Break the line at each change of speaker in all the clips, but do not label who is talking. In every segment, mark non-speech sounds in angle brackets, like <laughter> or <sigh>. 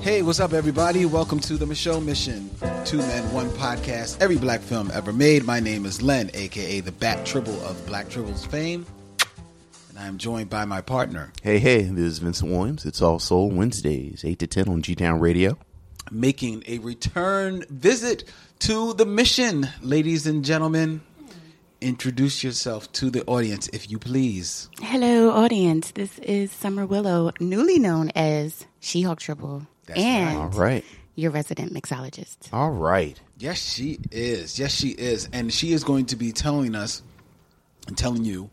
Hey, what's up, everybody? Welcome to the Michelle Mission, Two Men, One Podcast, every black film ever made. My name is Len, aka the Bat Tribble of Black Tribbles fame, and I'm joined by my partner,
Hey, hey, this is Vincent Williams. It's All Soul Wednesdays, 8 to 10 on G Town Radio.
making a return visit to the mission. Ladies and gentlemen, introduce yourself to the audience, if you please.
Hello, audience. This is Summer Willow, newly known as She Hulk Triple,
That's
and
All right.
your resident mixologist.
All right.
Yes, she is. Yes, she is. And she is going to be telling us and telling you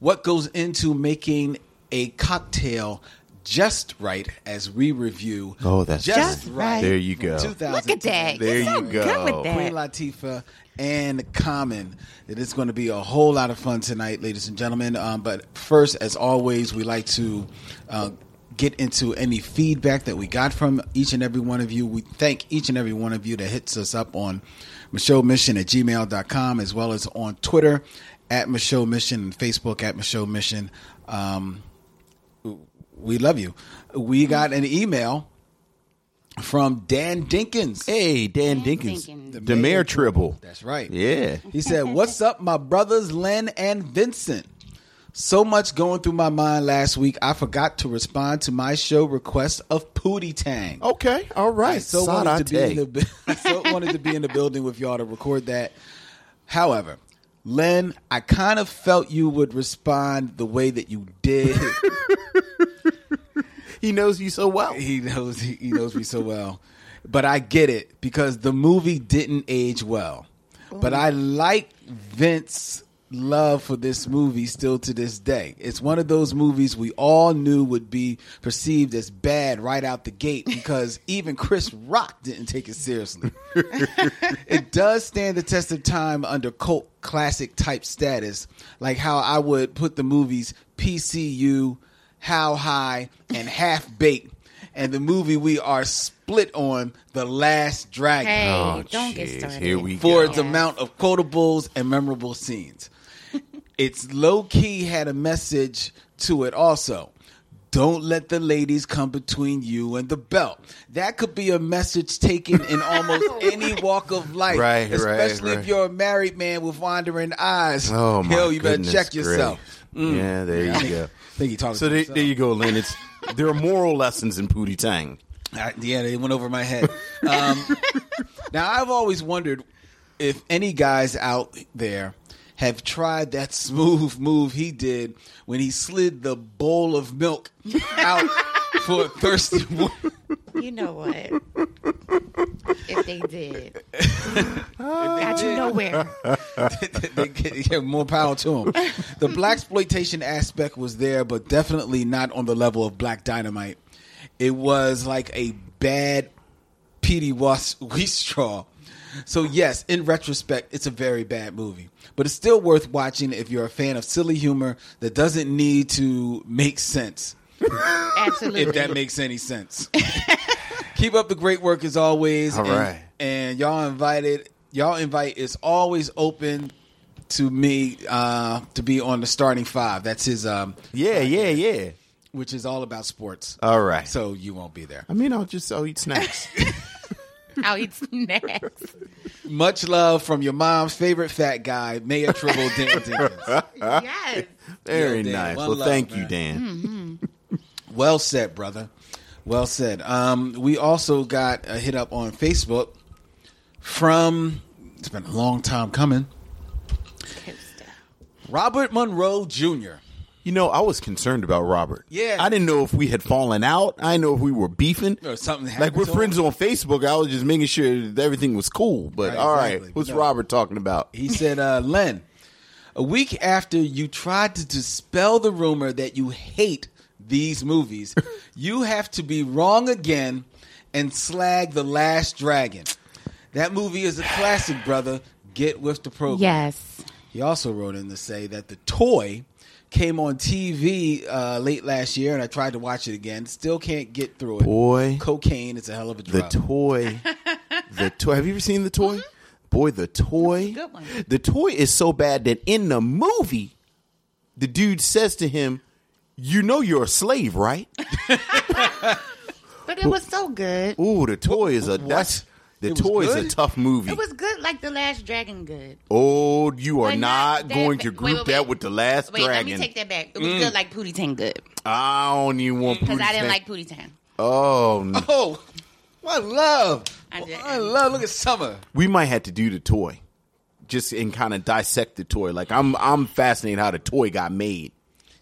what goes into making a cocktail just right as we review
Oh, that's
Just
good.
Right.
There you go.
2010.
Look at that.
There
You're so
you go.
Good
Oh.
with that.
Queen Latifah and Common. It is going to be a whole lot of fun tonight, ladies and gentlemen. Um, but first, as always, we like to uh, get into any feedback that we got from each and every one of you. We thank each and every one of you that hits us up on Michelle Mission at gmail.com as well as on Twitter at Michelle Mission and Facebook at Michelle Mission. Um, we love you. We got an email from Dan Dinkins.
Hey, Dan,
Dan
Dinkins.
Dinkins.
The, Mayor Tribble.
That's right.
Yeah.
He said, What's up, my brothers, Len and Vincent? So much going through my mind last week, I forgot to respond to my show request of Pootie Tang.
Okay. All right.
I so wanted to be in the bu- <laughs> I so wanted to be in the building with y'all to record that. However, Len, I kind of felt you would respond the way that you did. <laughs>
he knows you so well.
he knows he, he knows me so well, but I get it because the movie didn't age well. But I like Vince's love for this movie still to this day. It's one of those movies we all knew would be perceived as bad right out the gate because even Chris Rock didn't take it seriously. it does stand the test of time under cult classic type status, like how I would put the movies PCU, How High, and Half Baked, and the movie we are split on, The Last Dragon,
Hey,
Oh,
don't
jeez.
get started.
Here we
for
go.
its amount of quotables and memorable
<laughs>
scenes. it's low key had a message to it also. Don't let the ladies come between you and the belt. That could be a message taken in
<laughs>
almost any walk of life,
Right, right,
especially if
right.
you're a married man with wandering eyes.
Oh, my
Hell, you better
goodness
check yourself. Mm.
gracious. Yeah, there you go.
I think he talking
So
to
there,
himself.
there you go, Lynn. It's, there are moral lessons in Pootie Tang.
I, yeah, they went over my head. Um, now I've always wondered if any guys out there have tried that smooth move he did when he slid the bowl of milk out for a thirsty woman.
You know what? if they
<laughs>
did, got you nowhere.
they get, yeah, more power to him. The black exploitation aspect was there, but definitely not on the level of Black Dynamite. It was like a bad Petey <laughs> Was- Straw. So yes, in retrospect, it's a very bad movie, but it's still worth watching if you're a fan of silly humor that doesn't need to make sense.
Absolutely.
If
<laughs>
that makes any sense. Keep up the great work as always.
All
and,
right.
and y'all invited. Y'all invite is always open to me uh, to be on the starting five. That's his, um,
Yeah, yeah, yeah.
which is all about sports.
All right.
so you won't be there.
I mean, I'll just I'll
<laughs>
eat snacks.
I'll eat snacks.
Much love from your mom's favorite fat guy, Mayor Tribble
<laughs>
Dan Dinkins.
yes.
Very
Yo, Dan,
nice.
one
Well,
love,
thank you,
man.
Hmm.
Dan.
Well said, brother. Well said. Um, we also got a hit up on Facebook from. It's been a long time coming. Robert Monroe Jr.
You know, I was concerned about Robert.
Yeah.
I didn't know if we had fallen out. I didn't know if we were beefing.
Or something
Like
happened
we're
to
friends on Facebook. I was just making sure that everything was cool. But
Right,
all right,
exactly.
what's
No.
Robert talking about?
He said, uh, Len, a week after you tried to dispel the rumor that you hate these
<laughs>
movies, you have to be wrong again and slag The Last Dragon. That movie is a classic, brother. Get with the program.
Yes.
He also wrote in to say that the toy came on TV uh, late last year, and I tried to watch it again. Still can't get through it.
Boy.
cocaine is a hell of a
The
drug.
<laughs>
toy. the toy. Have you ever seen the toy? Boy, the toy.
Mm-hmm. That's a good one.
The toy is so bad that in the movie,
<laughs>
the dude says to him, "You know you're a slave, right?"
But
but it was so good.
Ooh, the toy is a
What?
that's the
It was
toy is a
good?
tough movie.
It was good, like the Last Dragon. Good.
oh, you are not,
But not that-
going to
wait,
group
wait,
that
wait.
with the last
Wait, let
dragon.
me take that back. It was good, like Pootie Tang. Good
I don't even want
because Mm, I
Pootie
didn't
Tang.
like Pootie Tang.
Oh, n-
Oh, my love.
I did.
My love. Look at Summer.
we might have to do the toy, just and kind of dissect the toy. Like I'm, I'm fascinated how the toy got made.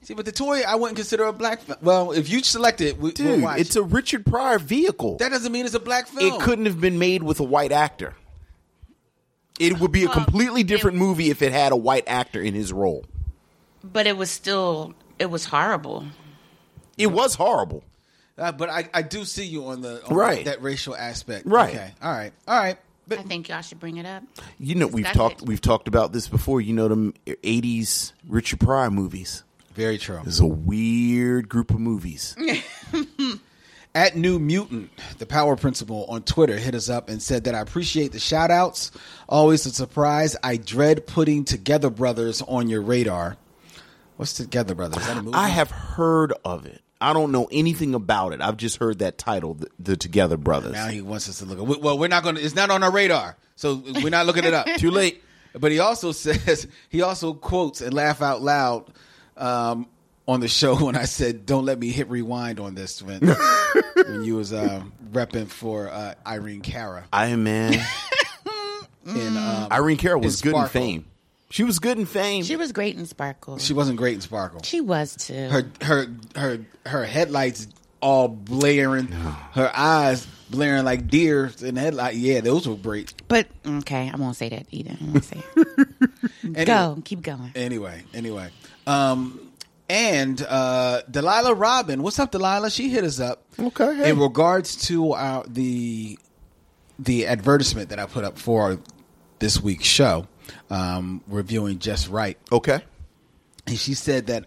See, but the toy I wouldn't consider a black film. Well, if you select it, we,
Dude,
we'll watch.
it's a Richard Pryor vehicle.
that doesn't mean it's a black film.
it couldn't have been made with a white actor. It would be a
Well,
completely
it-
different movie if it had a white actor in his role.
But it was still, it was horrible.
It was horrible.
Uh, but I, I do see you on the on
Right.
that racial aspect.
Right.
Okay. All right. All right. But
I think y'all should bring it up.
You know, we've
Discuss
talked
it.
we've talked about this before. You know, them '80s Richard Pryor movies.
very true.
It's a weird group of movies.
At New Mutant, the power principal on Twitter hit us up and said that I appreciate the shout outs. Always a surprise. I dread putting Together Brothers on your radar. What's Together Brothers? Is that a movie?
I have heard of it. I don't know anything about it. I've just heard that title, The, the Together Brothers.
now he wants us to look. At, well, we're not going to, it's not on our radar. So we're not looking it up.
<laughs> Too late.
But he also <laughs> says he also quotes and laugh out loud um, on the show when I said, "Don't let me hit rewind on this
<laughs>
when, when you was uh, repping for uh, Irene Cara."
Iron Man.
<laughs> And um,
Irene Cara was
And
good in
Sparkle.
fame. She was good in fame.
She was great in Sparkle.
she
She,
wasn't great in Sparkle.
was too.
Her her her her headlights all blaring, her eyes blaring like deer in the headlight. Yeah, those were great.
but okay, I won't say that either.
<laughs>
I won't say it.
Anyway,
Go, keep going.
Anyway, anyway. Um and uh Delilah Robin, what's up Delilah? She hit us up.
Okay, hey.
In regards to our the the advertisement that I put up for this week's show, um reviewing Just Right.
okay.
And she said that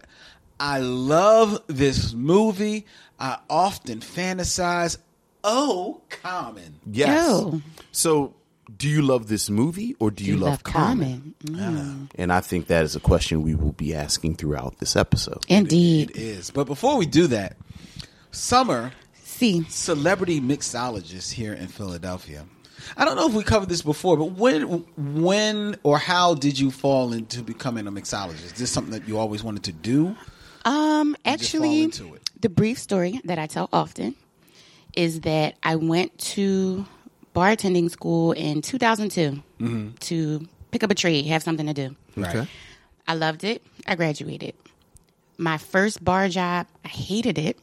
I love this movie. I often fantasize oh common.
Yes.
Yo.
So, do you love this movie or do you, love, Common?
Mm-hmm.
And I think that is a question we will be asking throughout this episode.
It
Indeed.
is. But before we do that, Summer
See, um,
celebrity mixologist here in Philadelphia. I don't know if we covered this before, but when, when or how did you fall into becoming a mixologist? Is this something that you always wanted to do?
um,
just fall
actually,
into it.
the brief story that I tell often is that I went to bartending school in 2002 to pick up a trade, have something to do.
Mm-hmm. Right.
I loved it. I graduated. My first bar job, I hated it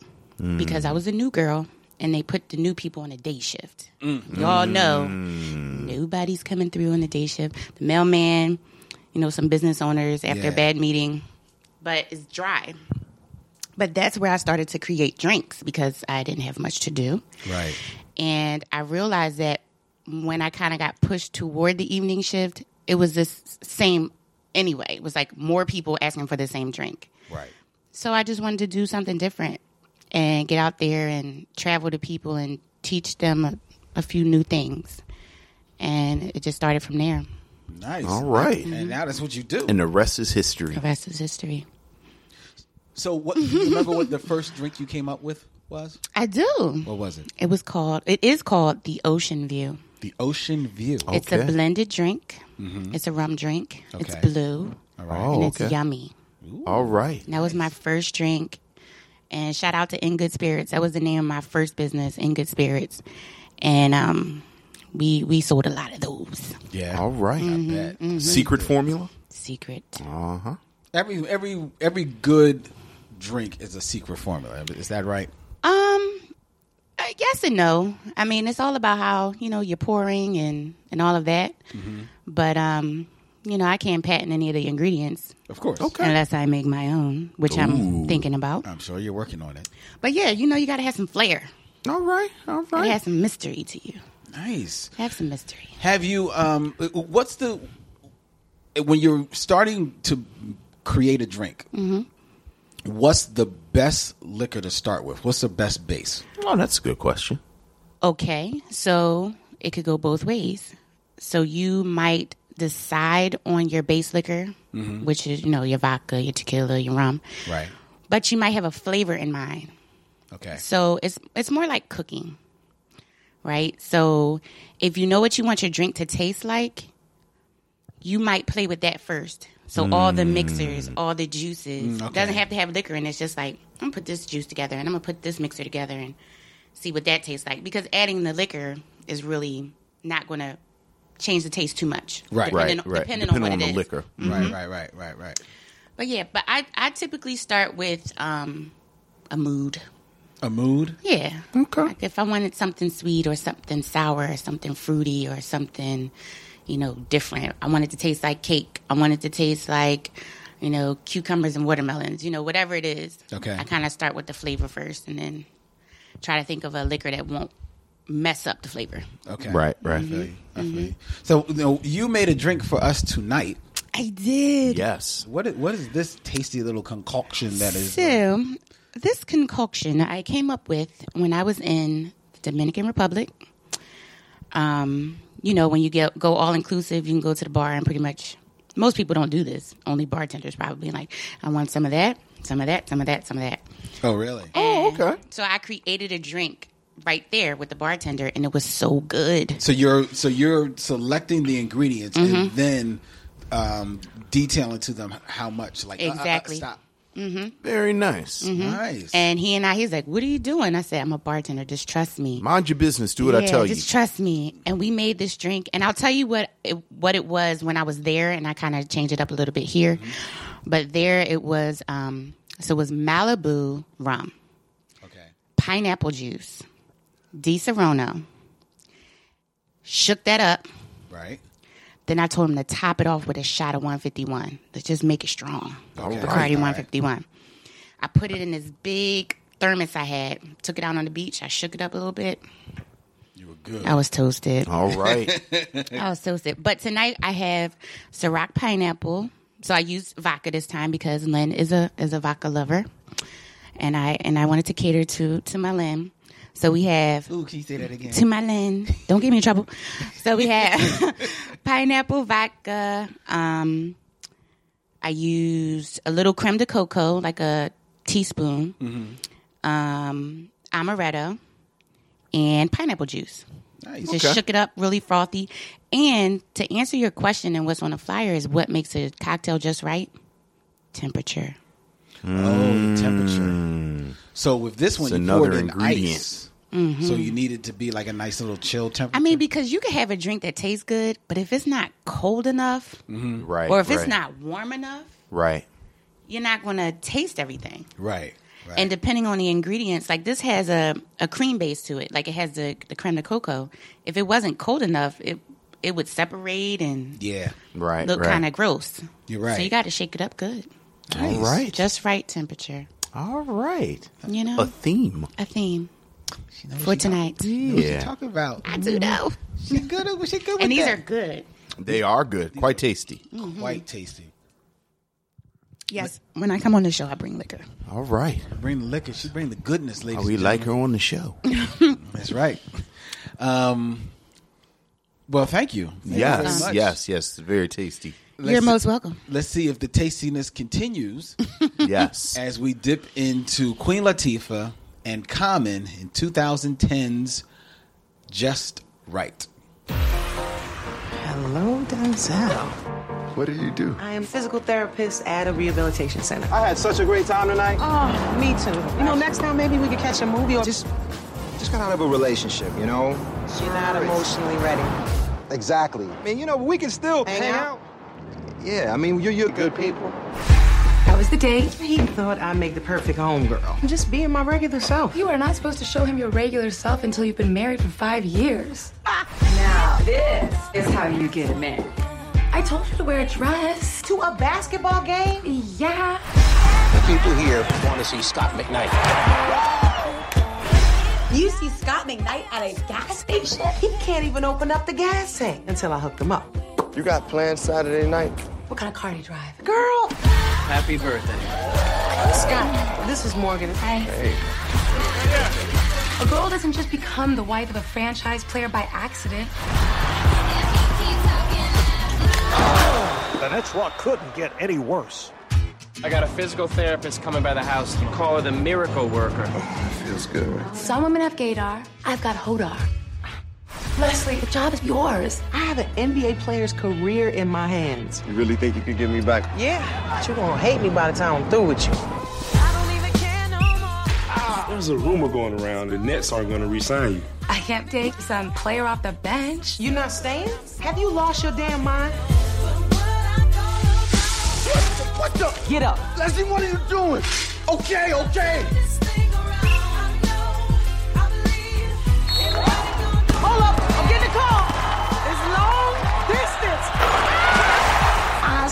because I was a new girl and they put the new people on a day shift. Y'all know nobody's coming through on the day shift. The mailman, you know, some business owners after
Yeah.
a bad meeting, but it's dry. But that's where I started to create drinks because I didn't have much to do.
Right.
And I realized that when I kind of got pushed toward the evening shift, it was this same anyway. It was like more people asking for the same drink.
Right.
So I just wanted to do something different and get out there and travel to people and teach them a, a few new things. And it just started from there.
Nice.
All right.
And now that's what you do.
And the rest is history.
The rest is history.
So, what do you remember what the first drink you came up with was?
I do.
What was it?
It was called, it is called the Ocean View.
The Ocean View.
It's a
Okay. Mm-hmm.
blended drink, it's a rum drink, it's
Okay.
blue, and
Oh,
it's
okay.
yummy.
All right.
That was my first drink. And shout out to In Good Spirits. That was the name of my first business, In Good Spirits. And um, we we sold a lot of those.
Yeah.
All right.
Mm-hmm.
That-
Secret formula?
Secret.
Uh huh.
Every every every good drink is a secret formula. Is that right?
Um, I yes and no. I mean, it's all about how you know you're pouring and and all of that. But um, you know, I can't patent any of the ingredients
Of course.
unless I make my own, which I'm thinking about.
I'm sure you're working on it.
But yeah, you know, you got to have some flair.
All right. All
Got
right.
to have some mystery to you.
Nice.
Have some mystery.
Have you? Um, what's the when you're starting to create a drink?
Mm-hmm.
What's the best liquor to start with? What's the best base?
Oh, that's a good question.
Okay, so it could go both ways. So you might decide on your base liquor, which is you know your vodka, your tequila, your rum,
Right.
but you might have a flavor in mind.
Okay.
So it's it's more like cooking, right? So if you know what you want your drink to taste like, you might play with that first. So all the mixers,
Mm.
all the juices doesn't have to have liquor, and it's just like I'm gonna put this juice together, and I'm gonna put this mixer together, and see what that tastes like. Because adding the liquor is really not gonna change the taste too much,
Right.
Depending,
right, right.
Depending, on, what it
the
is.
liquor.
mm-hmm.
Right, right, right, right, right.
But yeah, but I I typically start with um a mood.
A mood.
Yeah.
Okay.
Like if I wanted something sweet or something sour or something fruity or something, you know, different. I wanted to taste like cake. I wanted to taste like, you know, cucumbers and watermelons, you know, whatever it is.
Okay.
I kind of start with the flavor first and then try to think of a liquor that won't mess up the flavor.
Okay.
Right, right.
I feel you. I
Mm-hmm.
feel you. So you, know, you made a drink for us tonight.
I did.
Yes.
What is, what is this tasty little concoction that is?
So, this concoction I came up with when I was in the Dominican Republic. Um, you know, when you get go all inclusive, you can go to the bar and pretty much most people don't do this. Only bartenders probably like, I want some of that, some of that, some of that, some of that.
oh, really?
Oh,
okay.
So I created a drink right there with the bartender and it was so good.
So you're so you're selecting the ingredients and
Mm-hmm.
then um, detailing to them how much. Like uh, uh, uh,
Exactly.
stop.
Very nice.
Mm-hmm.
Nice.
And he and I, he's like, What are you doing? I said, I'm a bartender, just trust me.
Mind your business. Do what I
Yeah,
tell you.
just trust me. And we made this drink, and I'll tell you what it, what it was when I was there, and I kind of changed it up a little bit here,
Mm-hmm.
but there it was. Um, so it was Malibu rum,
okay.
pineapple juice, Di Serono. Shook that up.
Right.
Then I told him to top it off with a shot of 151. Let's just make it strong.
All
Bacardi
right.
151. I put it in this big thermos I had. Took it out on the beach. I shook it up a little bit.
You were good.
I was toasted.
All
<laughs>
right.
Oh, so sick. But tonight I have Ciroc pineapple. So I used vodka this time because Lynn is a is a vodka lover. And I and I wanted to cater to to my Lynn. So we have
Ooh, can you say that again?
to my Lynn. Don't get me in trouble. So we have pineapple vodka. Um I used a little creme de coco, like a teaspoon, um, amaretto, and pineapple juice.
Nice.
Just shook it up, really frothy. And to answer your question and what's on the flyer is what makes a cocktail just right? Temperature.
Oh, temperature. So with this one,
It's
you
another
poured in
ingredient.
ice. So you need it to be like a nice little chill temperature.
I mean, because you can have a drink that tastes good, but if it's not cold enough
right.
Mm-hmm. or if
Mm-hmm. right,
it's not warm enough,
Right.
you're not going to taste everything.
right. Right.
And depending on the ingredients, like this has a, a cream base to it. Like it has the, the creme de coco. If it wasn't cold enough, it it would separate and
yeah.
Right.
look
right.
kind of gross.
You're right.
So you got to shake it up good.
All right.
Just Uh-huh. right temperature.
All right.
You know?
A theme.
a theme
She knows
for
she-
tonight.
What you
Yeah.
talking about?
I do know.
She good. at- She good with
And these are
that. Mm-hmm.
good.
They are good. Quite tasty.
Mm.
quite tasty.
Yes. When I come on the show, I bring liquor.
All right.
Bring the liquor. She bring the goodness, ladies.
Oh, we
and
like her on the show.
That's right. <laughs> Um, well, thank you. Thank you very
yes.
much.
Yes. Yes. Very tasty.
You're
see-
most <laughs> welcome.
Let's see if the tastiness continues
<laughs>
Yes.
as we dip into Queen Latifah and Common in 2010's Just Right.
Hello, Denzel.
What do you do?
I am physical therapist at a rehabilitation center.
I had such a great time tonight.
Oh, me too. You know, next time maybe we could catch a movie or just
Just, just got out of a relationship, you know?
you're not emotionally ready.
Exactly. I mean, you know, we can still
Oh,
Hang
hang,
out?
out. Yeah, I mean, you're, you're good people.
How was the date?
He thought I make the perfect homegirl. I'm just being my regular self.
You are not supposed to show him your regular self until you've been married for five years. Now, this is how you get a man. I told you to wear a dress.
To a basketball game?
Yeah.
The people here want to see Scott McKnight.
You see Scott McKnight at a gas station?
He can't even open up the gas tank until I hooked him up.
You got plans Saturday night?
What kind of car do you drive?
Girl!
Happy birthday.
Scott, this is Morgan.
A girl doesn't just become the wife of a franchise player by accident.
The next rock couldn't get any worse.
I got a physical therapist coming by the house. You call her the miracle worker.
Feels good.
Some women have gaydar. I've got hodar. Leslie, the job is yours.
I have an NBA player's career in my hands.
You really think you could give me back?
Yeah, but you're gonna hate me by the time I'm through with you.
There's a rumor going around the Nets aren't going to re-sign you.
I can't take some player off the bench.
You not staying? Have you lost your damn mind?
What the?
Get up.
Leslie, what are you doing? Okay, okay.
Hold up. I'm getting a call.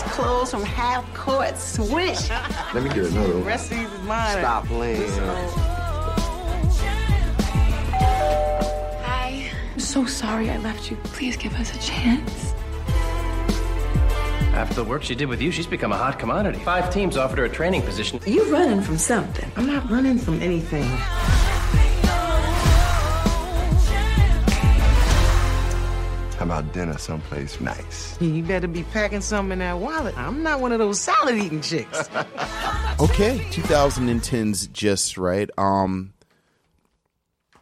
It's long distance. Eyes closed from half court swish.
Let me get another one.
Rest is mine.
Stop playing.
Hi. I'm so sorry I left you. Please give us a chance.
After the work she did with you, she's become a hot commodity. Five teams offered her a training position.
You running from something. I'm not running from anything.
How about dinner someplace nice?
You better be packing something in that wallet. I'm not one of those salad eating chicks.
Okay, 2010's just right. Um,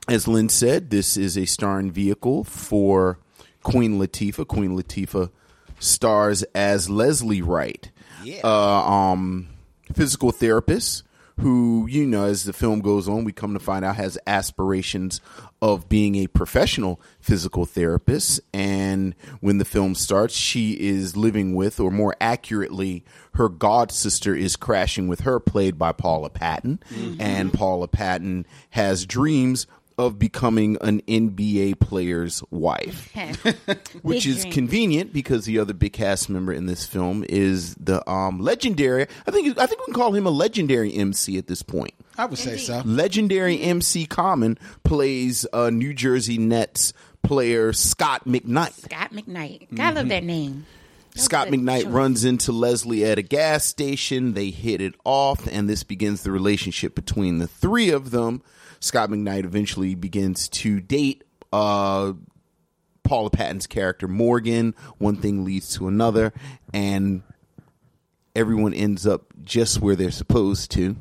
as Lynn said, this is a starring vehicle for Queen Latifah. Queen Latifah stars as Leslie Wright, yeah. uh, um, physical therapist who, you know, as the film goes on, we come to find out has aspirations of being a professional physical therapist. And when the film starts, she is living with, or more accurately, her god sister is crashing with her, played by Paula Patton. And Paula Patton has dreams of becoming an NBA player's wife which is convenient because the other big cast member in this film is the um, legendary. I think I think we can call him a legendary MC at this point.
I would say so.
Legendary MC Common plays uh, New Jersey Nets player Scott McKnight.
Scott McKnight. Gotta love that name.
Scott
good
McKnight
choice.
runs into Leslie at a gas station. They hit it off, and this begins the relationship between the three of them. Scott McKnight eventually begins to date uh, Paula Patton's character, Morgan. One thing leads to another, and everyone ends up just where they're supposed to.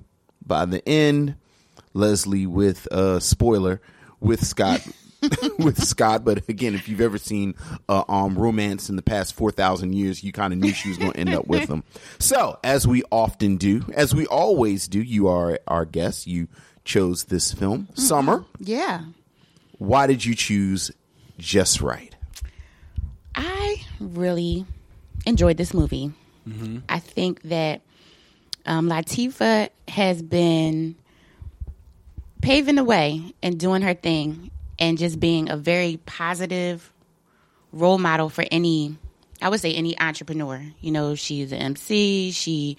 By the end, Leslie with uh, spoiler with Scott <laughs> with Scott. But again, if you've ever seen uh, um, romance in the past four thousand years, you kind of knew she was going to end up with him. So, as we often do, as we always do, you are our guest. You chose this film, Summer.
Yeah.
Why did you choose Just Right?
I really enjoyed this movie. I think that um, Latifa has been paving the way and doing her thing and just being a very positive role model for any, I would say, any entrepreneur. You know, she's an MC. She,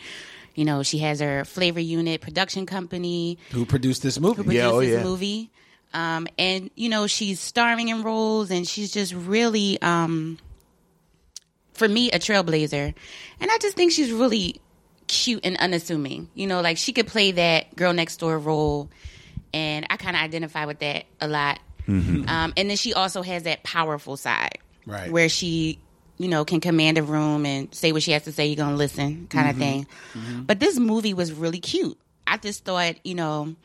you know, she has her flavor unit production company
Who produced this movie?
produced
Yeah, oh,
this
yeah.
movie. Um, and you know, she's starring in roles and she's just really um for me a trailblazer. And I just think she's really cute and unassuming. You know, like she could play that girl next door role and I kinda identify with that a lot.
Mm-hmm.
Um, and then she also has that powerful side.
Right.
Where she, you know, can command a room and say what she has to say, you're gonna listen kind of thing. But this movie was really cute. I just thought, you know,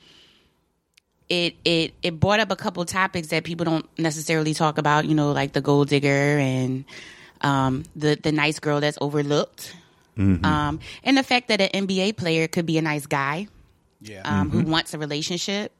it it it brought up a couple topics that people don't necessarily talk about. You know, like the gold digger and um, the the nice girl that's overlooked,
Mm-hmm.
um, and the fact that an NBA player could be a nice guy
Yeah.
um,
Mm-hmm.
who wants a relationship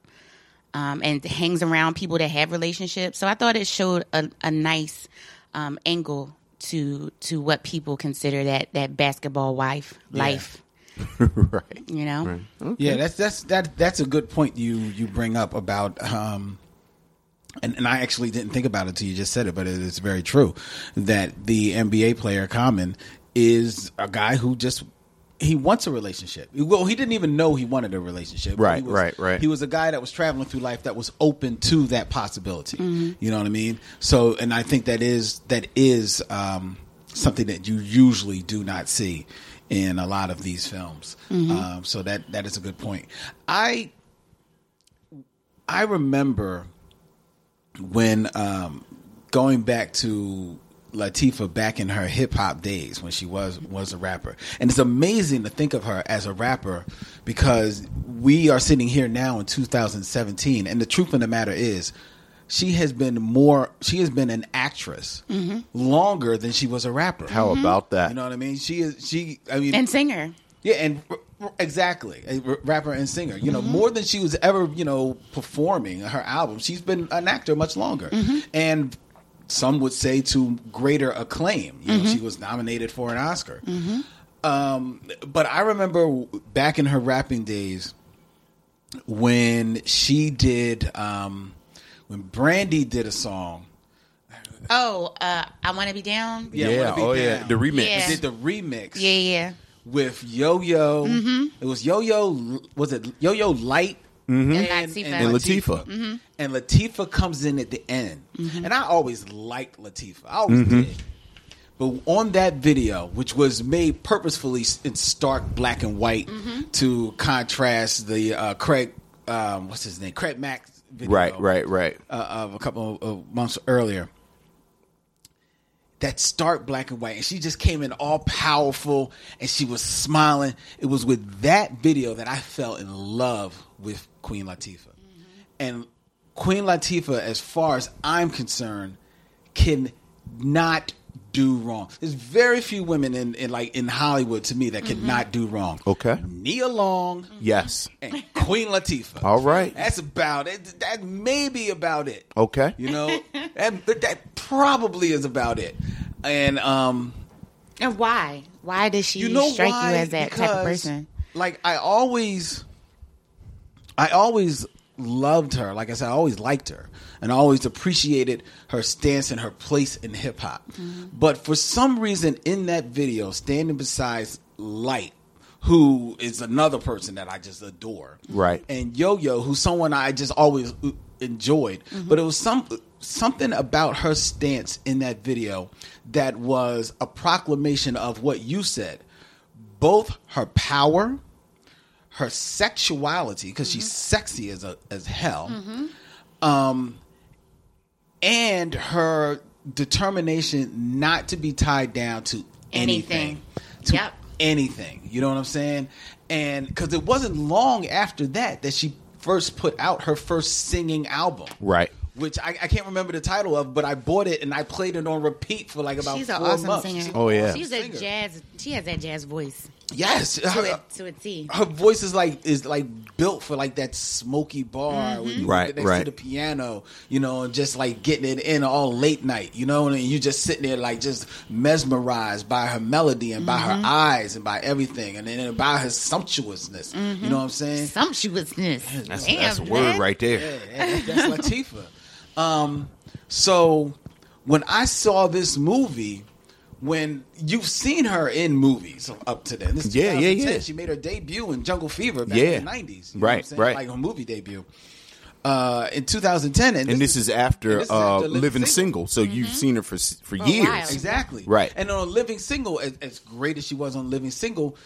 um, and hangs around people that have relationships. So I thought it showed a, a nice um, angle to to what people consider that that basketball wife life.
<laughs> right.
You know,
Yeah, that's that's that that's a good point you you bring up about um and, and I actually didn't think about it till you just said it, but it is very true that the NBA player Common is a guy who just he wants a relationship. Well, he didn't even know he wanted a relationship.
Right,
He was-
right, right.
He was a guy that was traveling through life that was open to that possibility. You know what I mean? So, and I think that is that is um, something that you usually do not see in a lot of these films. Um, so that that is a good point. I I remember when um, going back to Latifah back in her hip hop days when she was was a rapper, and it's amazing to think of her as a rapper because we are sitting here now in 2017, and the truth of the matter is. She has been more. She has been an actress longer than she was a rapper.
How about that?
you know what I mean? She is. She. I mean,
and singer.
yeah, and r- r- exactly, a r- rapper and singer. You know, more than she was ever, you know, performing her album. She's been an actor much longer, and some would say to greater acclaim. You know, she was nominated for an Oscar. Um, but I remember w- back in her rapping days when she did, um, when Brandy did a song.
Oh, uh, I want to be down.
Yeah, Wanna Be
oh yeah,
Down.
the remix.
Yeah.
Did the remix?
Yeah, yeah.
with Yo Yo. It was Yo Yo. Was it Yo Yo Light?
And Latifah.
And Latifah.
And Latifah comes in at the end, and I always liked Latifah. I always
Mm-hmm.
did. But on that video, which was made purposefully s- in stark black and white to contrast the uh, Craig, um, what's his name, Craig Mack video,
Right, right, right.
uh, of a couple of months earlier. That stark black and white, and she just came in all powerful, and she was smiling. It was with that video that I fell in love with Queen Latifah, and Queen Latifah, as far as I'm concerned, can not do wrong. There's very few women in, in like in Hollywood to me that cannot do wrong.
Okay.
Nia Long,
Yes.
and Queen Latifah.
All right.
That's about it. That may be about it.
Okay.
You know, that, that probably is about it. And um,
And why? Why does she
you know
strike
why?
you as that type of
Because,
person?
Like I always, I always loved her. Like I said, I always liked her, and I always appreciated her stance and her place in hip hop. But for some reason, in that video, standing beside Light, who is another person that I just adore,
Right.
and Yo Yo, who's someone I just always uh, enjoyed, but it was some something about her stance in that video that was a proclamation of what you said both her power, her sexuality, because
Mm-hmm.
she's sexy as a, as hell, um, and her determination not to be tied down to anything,
Anything.
to
Yep.
anything. You know what I'm saying? And because it wasn't long after that that she first put out her first singing album,
Right.
Which I, I can't remember the title of, but I bought it and I played it on repeat for like about
She's
four
an awesome
months.
singer.
She's
Oh, yeah.
She's a
Singer. Uh,
jazz. She has that jazz voice
Yes, <laughs>
to a, to a T.
her voice is like is like built for like that smoky bar with you
Right,
right, next
right.
to the piano, you know, and just like getting it in all late night, you know, and you just sitting there like just mesmerized by her melody and by her eyes and by everything, and then by her sumptuousness. You know what I'm saying?
Sumptuousness.
That's,
Damn,
that's a word
man.
right there.
Yeah, that's, that's Latifah. Um, so when I saw this movie, when you've seen her in movies up to then, this is
Yeah, yeah,
2010.
yeah.
She made her debut in Jungle Fever back
Yeah.
in the nineties,
Right, right.
like her movie debut uh, in 2010, and,
And this is after,
and this is
uh,
after Living
Living
Single.
Single, so you've seen her for s- for
Mm-hmm. For a while.
years.
Exactly.
Right.
And on Living Single, as, as great as she was on Living Single,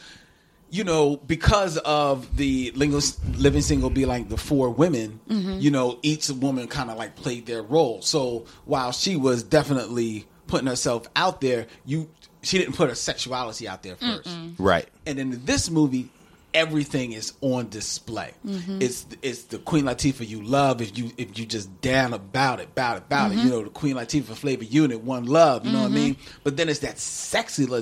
you know, because of the lingus- Living Single being like the four women, you know, each woman kind of like played their role. So while she was definitely putting herself out there, you she didn't put her sexuality out there 1st
Right.
and in this movie, everything is on display.
Mm-hmm.
It's it's the Queen Latifah you love if you if you just down about it, about it, about
Mm-hmm.
it. You know the Queen Latifah flavor unit, one love. You know what I mean? But then it's that sexy La-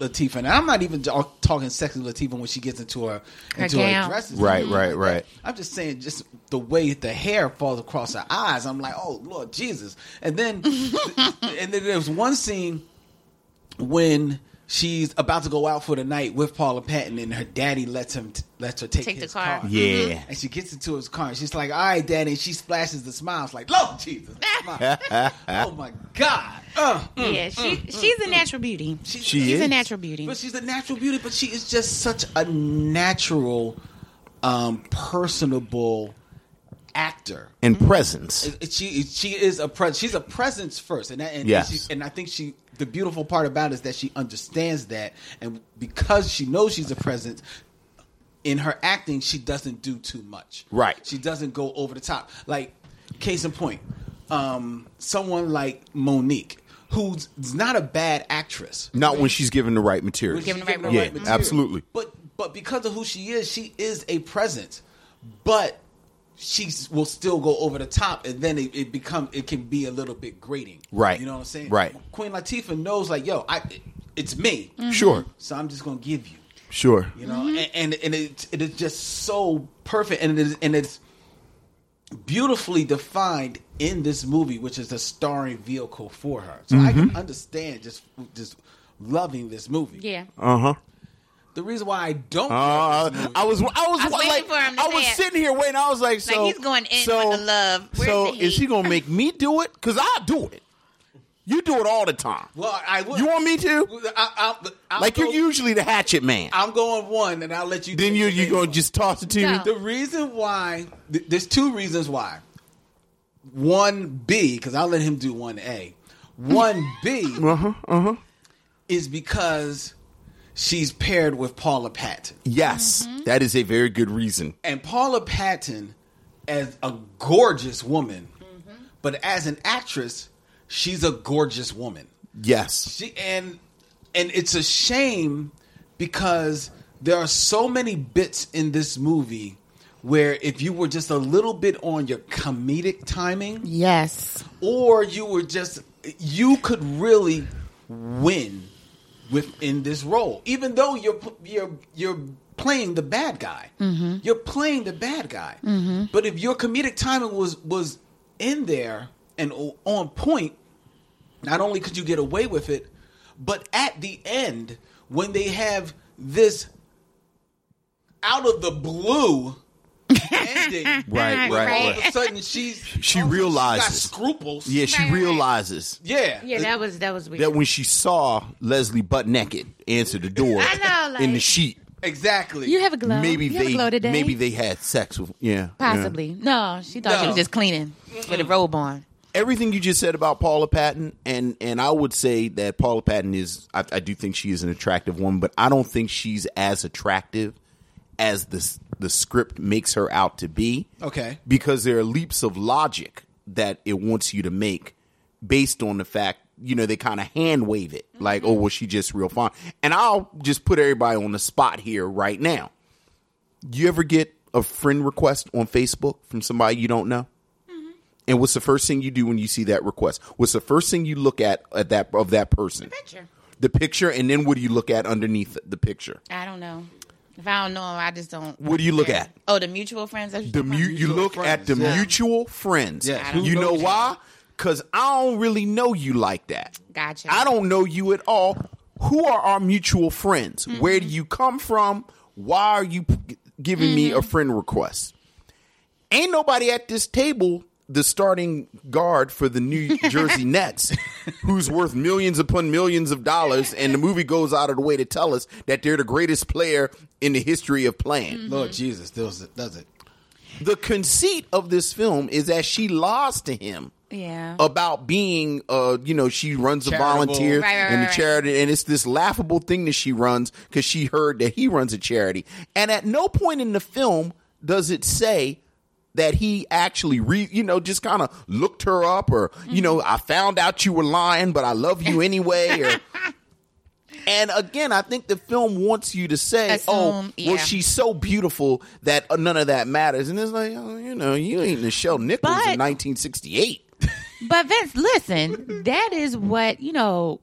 Latifah, and I'm not even ta- talking sexy Latifah when she gets into her,
Her
into
gown.
her dresses. and
Right,
everything
right,
like that.
right.
I'm just saying, just the way the hair falls across her eyes. I'm like, oh Lord Jesus.
<laughs>
And then and then there's one scene when she's about to go out for the night with Paula Patton, and her daddy lets him t- lets her take,
Take the
his
car.
car.
Mm-hmm.
Yeah.
And she gets into his car, and she's like, "All right, daddy." And she splashes the smile. It's like, "Lord Jesus, smile."
<laughs>
oh my God!" Uh,
Yeah, she she's a natural beauty.
she's,
She
She's
is.
a natural beauty.
but she's a natural beauty, but she is just such a natural, um, personable actor.
And
Mm-hmm.
presence.
It- she she is a pres she's a presence first and that, and,
Yes.
and, she, and I think she the beautiful part about it is that she understands that and because she knows she's a presence in her acting she doesn't do too much
Right.
she doesn't go over the top like case in point um someone like Monique who's not a bad actress.
Not when she's given the right material.
given the right Mm-hmm.
yeah,
material.
absolutely.
But but because of who she is, she is a presence. But she s- will still go over the top, and then it, it become it can be a little bit grating.
Right.
You know what I'm saying?
Right.
Queen Latifah knows, like, yo, I it- it's me,
Mm-hmm.
Sure,
so I'm just gonna give you.
sure.
You know, and and, and it, it is just so perfect, and it is and it's beautifully defined in this movie, which is the starring vehicle for her. So I
Mm-hmm.
can understand just just loving this movie.
Yeah.
Uh huh.
The reason why I don't love
Uh,
this movie,
I was, I was,
was waiting
like,
for him to
I
say
was
it.
sitting here waiting. I was like, so
he's going in
so,
with the love. Where's
so
the
is she
hate?
gonna make me do it? Cause I do it. You do it all the time.
well, I would.
You want me to?
I, I, I'll
Like
go-
you're usually the hatchet man.
I'm going one, and I'll let you.
Then
take
you
the
you
next <laughs>
gonna
one.
just toss it to me?
No.
The reason why th- there's two reasons why. One B because I'll let him do one A. One
<laughs>
B
Uh-huh,
is because she's paired with Paula Patton,
Yes,
Mm-hmm.
that is a very good reason.
and Paula Patton, as a gorgeous woman, but as an actress, she's a gorgeous woman.
Yes,
She and and it's a shame because there are so many bits in this movie where if you were just a little bit on your comedic timing
Yes.
or you were just you could really win within this role even though you're p- you're you're playing the bad guy you're playing the bad guy but if your comedic timing was was in there and o- on point not only could you get away with it, but at the end, when they have this out of the blue ending,
right, right.
all of
right.
a sudden she's
She
oh, she's got
realizes.
scruples.
Yeah, she
Right, right.
realizes
yeah,
Yeah, that was that was weird.
that when she saw Leslie butt naked answer the door
I know, like-
in the sheet,
exactly.
you have a glow.
maybe
you have
they
a glow today.
maybe they had sex with yeah yeah.
possibly. No, she thought she
No.
was just cleaning with a robe on.
everything you just said about Paula Patton, and and I would say that Paula Patton is, I, I do think she is an attractive woman, but I don't think she's as attractive as the the script makes her out to be.
Okay.
because there are leaps of logic that it wants you to make based on the fact you know they kind of hand wave it like oh well she just real fine and i'll just put everybody on the spot here right now you ever get a friend request on facebook from somebody you don't know and what's the first thing you do when you see that request? What's the first thing you look at at that of that person? The
picture.
The picture, and then what do you look at underneath the picture?
I don't know. If I don't know, I just don't.
What do you look at?
Oh, the mutual friends. That's what
The
you're
mu-
talking
you look at the
friends, yeah.
mutual friends.
Yes, who
You know
knows you?
why? Because I don't really know you like that.
about. Gotcha.
I don't know you at all. Who are our mutual friends?
Mm-hmm.
Where do you come from? Why are you p- giving me
Mm-hmm.
a friend request? Ain't nobody at this table the starting guard for the New
<laughs>
Jersey Nets, who's worth millions upon millions of dollars, and the movie goes out of the way to tell us that they're the greatest player in the history of playing
Lord Jesus does it. Does it?
the conceit of this film is that she lies to him
Yeah.
about being uh you know she runs a
Charitable.
volunteer
Right, right,
and a
right, right.
charity and it's this laughable thing that she runs because she heard that he runs a charity and at no point in the film does it say that he actually re you know just kind of looked her up or
Mm-hmm.
you know i found out you were lying but i love you anyway
<laughs>
or and again, I think the film wants you to say,
Assume,
"Oh,
yeah.
well, she's so beautiful that uh, none of that matters." And it's like, oh, you know, you ain't Michelle Nichols
But-
in 1968.
But Vince, listen, that is what you know.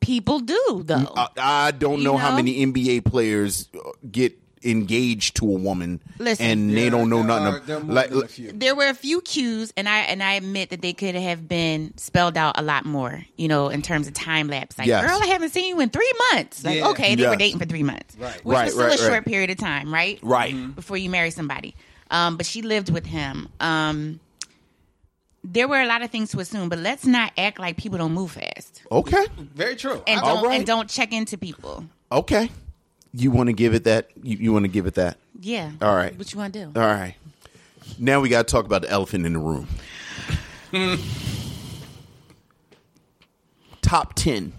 People do though.
I, I don't
You
know, how
know?
many NBA players uh, get engaged to a woman,
Listen.
and they
Yeah,
don't know
there
nothing.
are-
of-
there are more
like-
than a
like-
few.
there were a few cues, and I and I admit that they could have been spelled out a lot more. You know, in terms of time lapse, like
Yes.
girl, I haven't seen you in three months. Like,
Yeah.
okay, they were
Yes.
dating for three months,
Right.
which
Right,
was still
right,
a short
right.
period of time, right?
Right.
before you marry somebody. Um, but she lived with him. Um, there were a lot of things to assume, but let's not act like people don't move fast
Okay,
Very true.
and
I-
don't
right.
and don't check into people.
okay. You want to give it that? You, you want to give it that?
Yeah.
All right.
What you want to do?
All right. Now we got to talk about the elephant in the room.
<laughs>
top 10.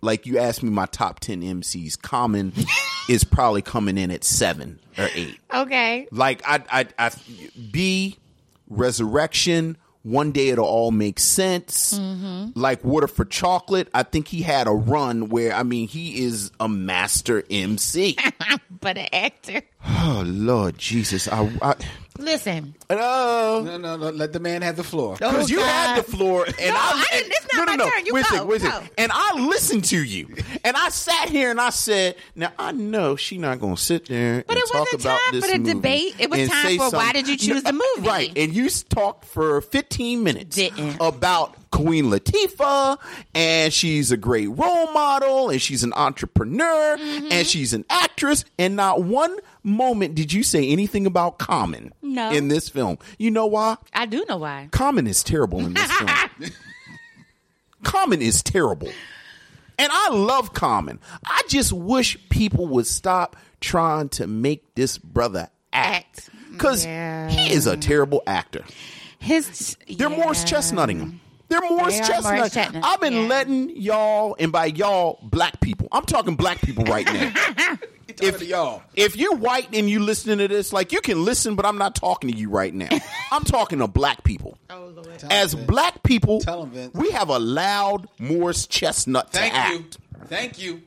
Like you asked me my top 10 MCs. Common is probably coming in at 7 or 8.
Okay.
Like I I I B Resurrection One day it'll all make sense. Like Water for Chocolate, I think he had a run where, I mean, he is a master MC.
but an actor.
oh, Lord Jesus. I. I
Listen,
oh.
No, no, no. Let the man have the floor.
Because you
God.
had the floor, and I,
Oh, I didn't- it's not
no, no,
my
no.
turn. You
wait a
go,
second, wait a
go.
second. And I listened to you, and I sat here and I said, "Now I know she not going to sit there
But
and
it
talk
wasn't
about
time
this
for the
movie
debate. It was
and
time
say
for why
something."
did you choose the movie?
right? And you s- talked for fifteen minutes
Didn't.
about Queen Latifah, and she's a great role model, and she's an entrepreneur,
Mm-hmm.
and she's an actress, and not one moment did you say anything about Common
No.
in this film. You know why?
I do know why.
Common is terrible in this
<laughs>
film. Common is terrible. And I love Common. I just wish people would stop trying to make this brother act. Because
Mm, Yeah.
he is a terrible actor.
His
They're
yeah.
Morris chestnutting him. They're Morris
They are
chestnutting.
Morris Chestnut,
I've been
yeah.
letting y'all, and by y'all, black people. I'm talking black people right
<laughs>
now.
If y'all,
if you're white and you listening to this, like you can listen, but I'm not talking to you right now. I'm talking to black people. Oh Lord. As black people,
Tell 'em, Vince.
we have allowed Morris Chestnut
thank
to act.
you, thank you.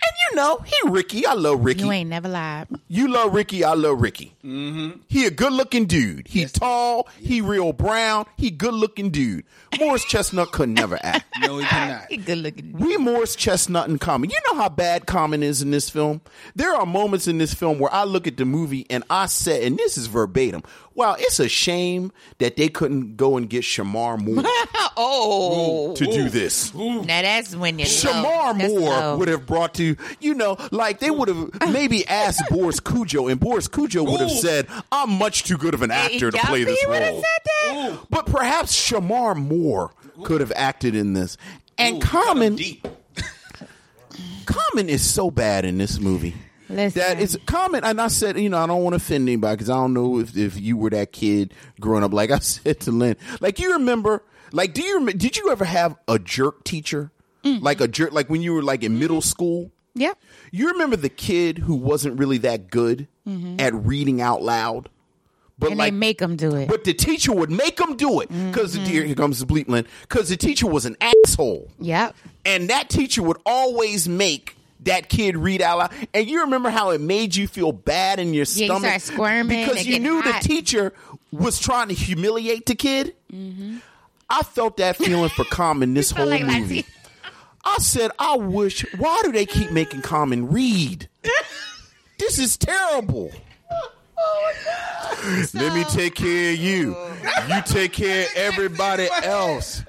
And you know, he Ricky. I love Ricky.
You
You,
ain't never lied.
love Ricky. I love Ricky. Mm-hmm. He a good looking dude. He tall. He real brown. He good looking dude. Morris Chestnut could never act.
No, he cannot.
He good looking.
We Morris Chestnut and Common. You know how bad Common is in this film? There are moments in this film where I look at the movie and I said, and this is verbatim, wow, it's a shame that they couldn't go and get Shamar
<laughs>
Moore
<laughs> oh,
to do this.
now that's when you.
Shamar Moore would have brought to, you know, like they would
<laughs>
have maybe asked Boris Cujo, and Boris Cujo would have
Ooh.
said, I'm much too good of an actor to play this
Would have
role.
said that.
But perhaps Shamar Moore could have acted in this. And Common.
Deep.
Common is so bad in this movie.
Listen,
That is Common, and I said, you know, I don't want to offend anybody because I don't know if, if you were that kid growing up. Like I <laughs> said to Lynn, like you remember, like do you remember? Did you ever have a jerk teacher,
Mm.
like a jerk, like when you were like in middle
Mm-hmm.
school?
Yep.
You remember the kid who wasn't really that good at reading out loud, but
Mm-hmm. And
like
they make them do it. Mm-hmm.
but the teacher would make him do it because the dear here comes the bleep Lynn because the teacher was an asshole
yep.
and that teacher would always make that kid read out loud. And you remember how it made you feel bad in your
you
stomach,
start squirming
because
and
you
getting
knew
hot.
the teacher was trying to humiliate the kid. I felt that feeling for
<laughs>
Common this whole
Mm-hmm. felt like Lexi.
movie. I said, I wish. Why do they keep making Common
<laughs>
read? this is terrible.
Oh,
Let me take care of you.
<laughs>
You take care of everybody
<laughs>
else.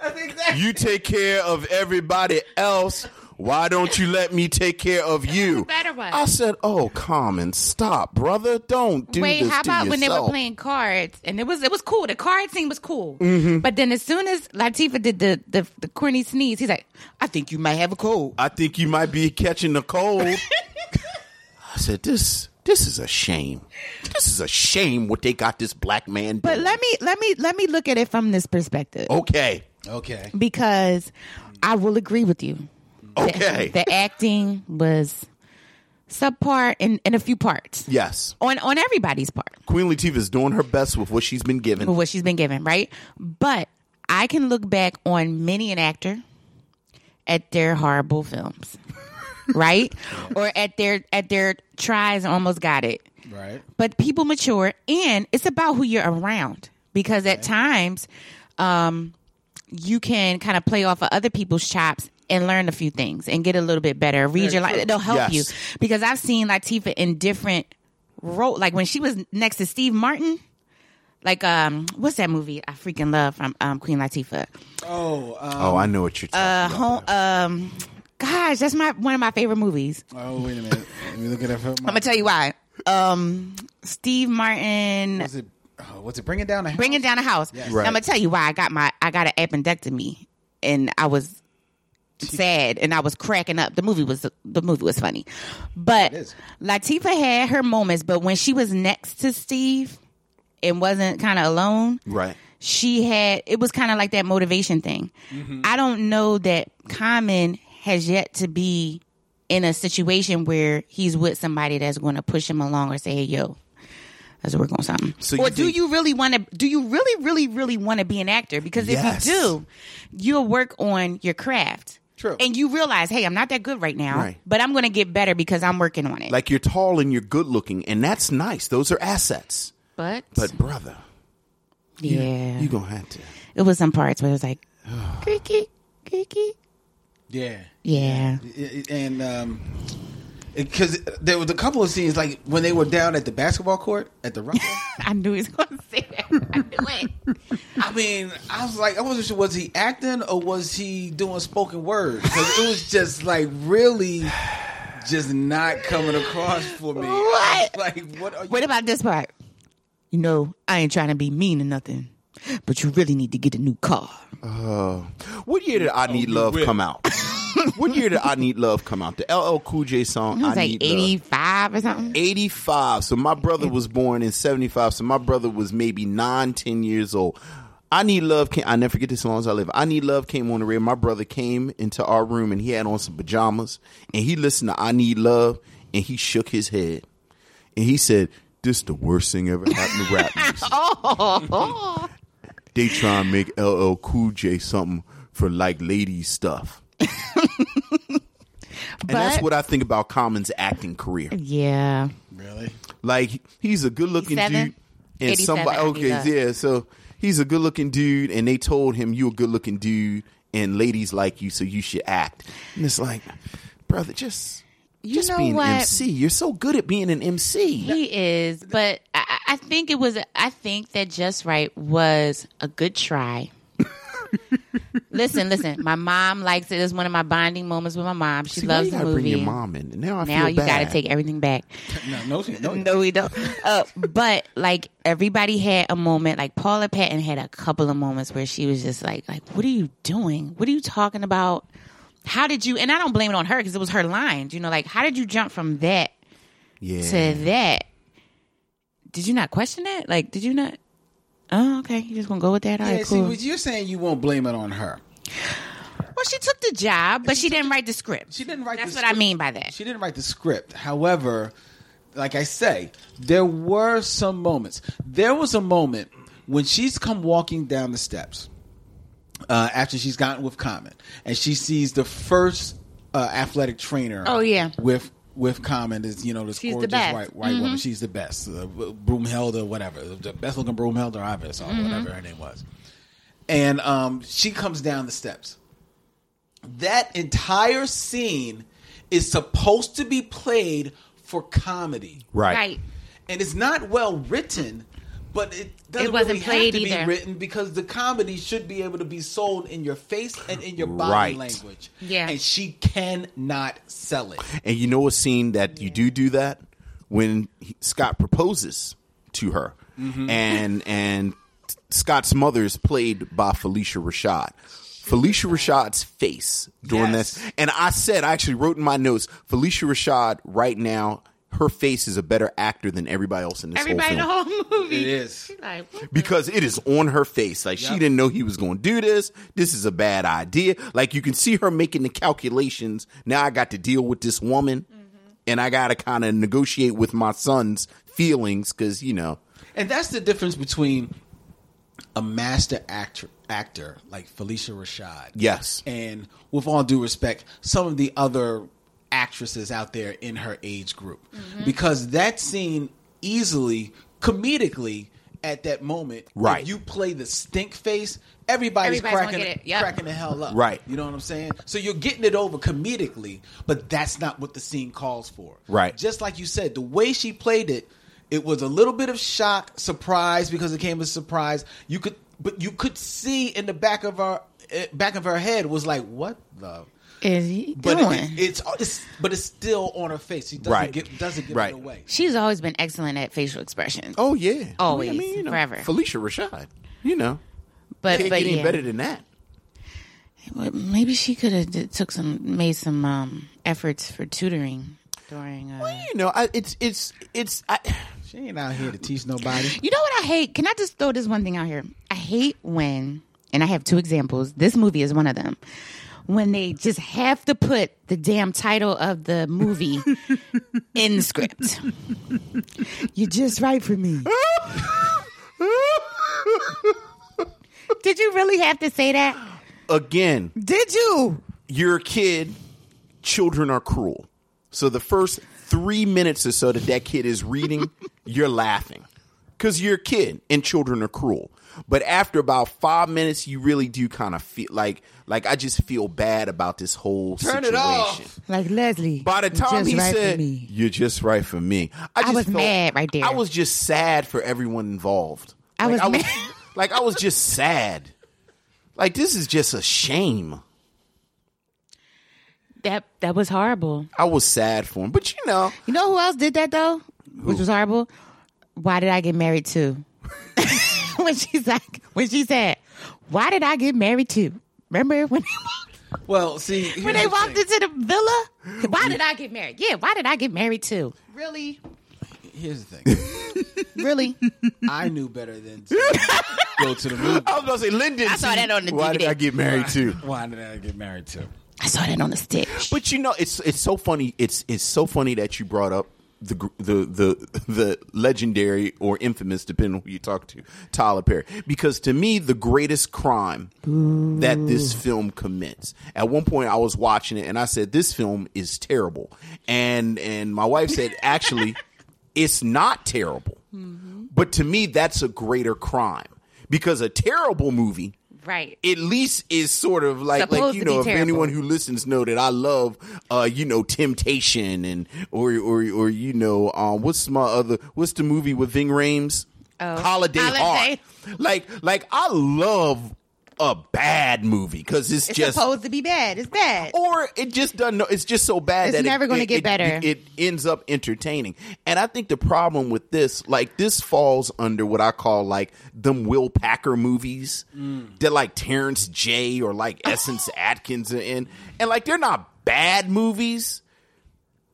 You take care of everybody else. Why don't you let me take care of you?
better one.
I said, "Oh, Common, stop, brother. Don't do
Wait,
this
how
to
about when they were
yourself."
playing cards and it was it was cool. The card scene was cool. But then as soon as Latifah did the, the the corny sneeze, he's like, I think you might have a cold.
I think you might be catching a
<laughs>
cold. I said, "This, this is a shame. This is a shame what they got this black man."
But
doing."
let me let me let me look at it from this perspective.
Oh. okay,
Okay.
Because I will agree with you.
okay,
The acting was subpar in, in a few parts.
yes.
On on everybody's part.
Queen Latifah is doing her best with what she's been given.
for what she's been given, right? But I can look back on many an actor at their horrible films, <laughs> right? or at their at their tries and almost got it.
Right.
But people mature, and it's about who you're around because at times, um, you can kind of play off of other people's chops and learn a few things and get a little bit better. Read your life; it'll
Yes.
help you because I've seen Latifah in different role, like when she was next to Steve Martin. Like um, what's that movie I freaking love from um, Queen Latifah?
Oh, uh,
oh, I know what you're talking
Uh, home, um, gosh, that's my one of my favorite movies.
oh, wait a minute. Let me look at that. I'm
<laughs> I'm gonna tell you why. Um, Steve Martin
What's it? Oh, what's it? Bring it down. A house?
bringing down a house.
Right.
I'm gonna tell you why I got my I got an appendectomy and I was sad and I was cracking up. The movie was the movie was funny, but
is.
Latifah had her moments. But when she was next to Steve and wasn't kind of alone,
Right.
she had it was kind of like that motivation thing.
Mm-hmm.
I don't know that Common has yet to be in a situation where he's with somebody that's going to push him along or say, "Hey, yo, That's what we're going something.
So
or
you
do
think-
you really want to? Do you really, really, really want to be an actor? Because
Yes.
if you do, you'll work on your craft.
True.
And you realize, hey, I'm not that good right now,
Right.
but I'm going to get better because I'm working on it.
Like you're tall and you're good looking, and that's nice. Those are assets.
but,
But brother,
yeah,
you gonna have to.
it was some parts where it
<sighs>
was like creaky, creaky.
Yeah.
Yeah.
and um because there was a couple of scenes like when they were down at the basketball court at the Rucker.
I knew he was going to say that. I knew it.
I mean, I was like, I wasn't sure was he acting or was he doing spoken word because it was just like really just not coming across for me. I was Like what are you?
What about this part? You know, I ain't trying to be mean or nothing, but you really need to get a new car.
What year did I
Oh,
Need Love
will.
come
<laughs>
out? what year did I Need Love come out? The LL Cool J song.
It was
I
like
Need Love.
85 or something.
85. So my brother was born in 75. So my brother was maybe 9, 10 years old. I Need Love came. I never forget this as long as I live. I Need Love came on the radio. My brother came into our room and he had on some pajamas and he listened to I Need Love and he shook his head and he said, "This the worst thing ever happened to rap music. they try and make LL Cool J something for like ladies stuff." and that's
But-
what I think about Common's acting career.
Yeah.
Really?
Like he's a good looking
87?
dude, and
87,
somebody
I think
okay,
that.
yeah. So he's a good looking dude, and they told him you a good looking dude, and ladies like you, so you should act. And it's like, brother, just
You
just
know
be an
what?
MC. You're so good at being an MC.
He is, but I, I think it was, I think that Just Right was a
<laughs>
good try. listen, listen, my mom likes it. It's one of my bonding moments with my mom. She
See, why
loves
you
the
gotta
movie.
bring your mom in. Now I
now
feel
you
bad.
got to take everything back.
No, no, she- no.
No, we don't. Uh, but like everybody had a moment. Like Paula Patton had a couple of moments where she was just like, like, what are you doing? What are you talking about? How did you? And I don't blame it on her because it was her lines. You know, like how did you jump from that
yeah.
to that? Did you not question that? Like, did you not? Oh, okay. You just gonna go with that? All
Yeah,
right,
see,
cool.
what you're saying you won't blame it on her.
well, she took the job, but she, didn't write the script.
She didn't write.
That's
the
what
script.
I mean by that.
She didn't write the script. However, like I say, there were some moments. There was a moment when she's come walking down the steps uh, after she's gotten with Common, and she sees the first uh, athletic trainer.
Oh, yeah.
with with Common is you know this
She's the
gorgeous
best. Mm-hmm.
white white woman. She's the best, uh, Broomhilda, whatever, the best looking Broomhilda I've ever saw,
Mm-hmm.
whatever her name was. And um, she comes down the steps that entire scene is supposed to be played for comedy,
right.
Right.
and it's not well written. But it doesn't
It wasn't
really
played
have to
either.
be written because the comedy should be able to be sold in your face and in your body
Right.
language.
Yeah.
and she cannot sell it.
And you know a scene that you do do that when he, Scott proposes to her, and and Scott's mother is played by Felicia Rashad. Felicia Rashad's face during
Yes.
this, and I said I actually wrote in my notes Felicia Rashad right now. Her face is a better actor than everybody else in this
Everybody
whole
in the
film
whole <laughs> movie.
It is.
Like, what
because it is on her face. Like she
Yep.
didn't know he was going to do this. This is a bad idea. Like you can see her making the calculations. Now I got to deal with this woman,
Mm-hmm.
and I got to kind of negotiate with my son's feelings because you know.
And that's the difference between a master actor, actor like Felicia Rashad.
Yes.
And with all due respect, some of the other actresses out there in her age group.
Mm-hmm.
Because that scene easily, comedically, at that moment, if
Right.
you play the stink face, everybody's,
Everybody's gonna
cracking,
get it. Yep.
cracking the hell up.
Right.
You know what I'm saying? So you're getting it over comedically, but that's not what the scene calls for.
Right.
Just like you said, the way she played it, it was a little bit of shock, surprise because it came as a surprise. You could, but you could see in the back of her eh, back of her head was like, what the.
is he
But
doing?
it, it's it's but it's still on her face. She doesn't
Right.
get doesn't give
Right.
it away.
She's always been excellent at facial expressions.
Oh yeah.
Always,
I mean, you know,
forever.
Felicia Rashad. You know,
but
can't
but
get any
yeah.
better than that.
Well, maybe she could have d- took some made some um, efforts for tutoring during. Uh,
You know, I, it's it's it's. I, <sighs>
She ain't out here to teach nobody.
you know what I hate? Can I just throw this one thing out here? I hate when, and I have two examples. This movie is one of them. when they just have to put the damn title of
<laughs>
the movie in the script. You're just right for
<laughs>
me. Did you really have to say that?
Again,
Did you?
you're a kid. Children are cruel. So the first three minutes or so that that kid is
<laughs>
reading, you're laughing because you're a kid and children are cruel. But after about five minutes, you really do kind of feel like like I just feel bad about this whole
Turn it
situation.
off.
Like Leslie.
By the
you're
time
just
he
right for
said,
me.
"You're just right for me," I, just
was
felt-
mad right there.
I was just sad for everyone involved.
I <laughs> was
I was
mad.
like I was just sad. Like this is just a shame.
that that was horrible.
I was sad for him, but you know,
You know who else did that though? Which was horrible. Why did I get married to? <laughs> when she's like, when she said, "Why did I get married to?" Remember when they
<laughs>
walked,
Well, see,
when they walked into the villa? Why did I get married? Yeah, why did I get married to? Really,
here's the thing.
really?
I knew better than to go to the movie.
I was gonna say Lyndon. I
saw that on the
Why did
DVD.
I get married to?
Why did I get married to?
I saw that on the stick.
But you know, it's it's so funny. It's it's so funny that you brought up the gr- the the the legendary or infamous, depending on who you talk to, Tyler Perry. Because to me, the greatest crime
Mm.
that this film commits. At one point, I was watching it and I said, "This film is terrible," and and my wife
<laughs>
said, "Actually, it's not terrible."
Mm-hmm.
But to me, that's a greater crime because a terrible movie
Right.
at least is sort of like like
Supposed
you
to
know
be
if
terrible.
anyone who listens know that I love uh you know Temptation and or or or you know um what's my other what's the movie with Ving Rhames Holiday,
Oh. Holiday.
Heart like like I love a bad movie because it's,
It's
just
supposed to be bad. It's bad.
or it just doesn't. know- It's just so bad
It's
that it-
never gonna
it-
get
it-
better.
It, ends up entertaining, and I think the problem with this, like this, falls under what I call like them Will Packer movies that like Terrence J or
<laughs>
like Essence Atkins are in, and like they're not bad movies.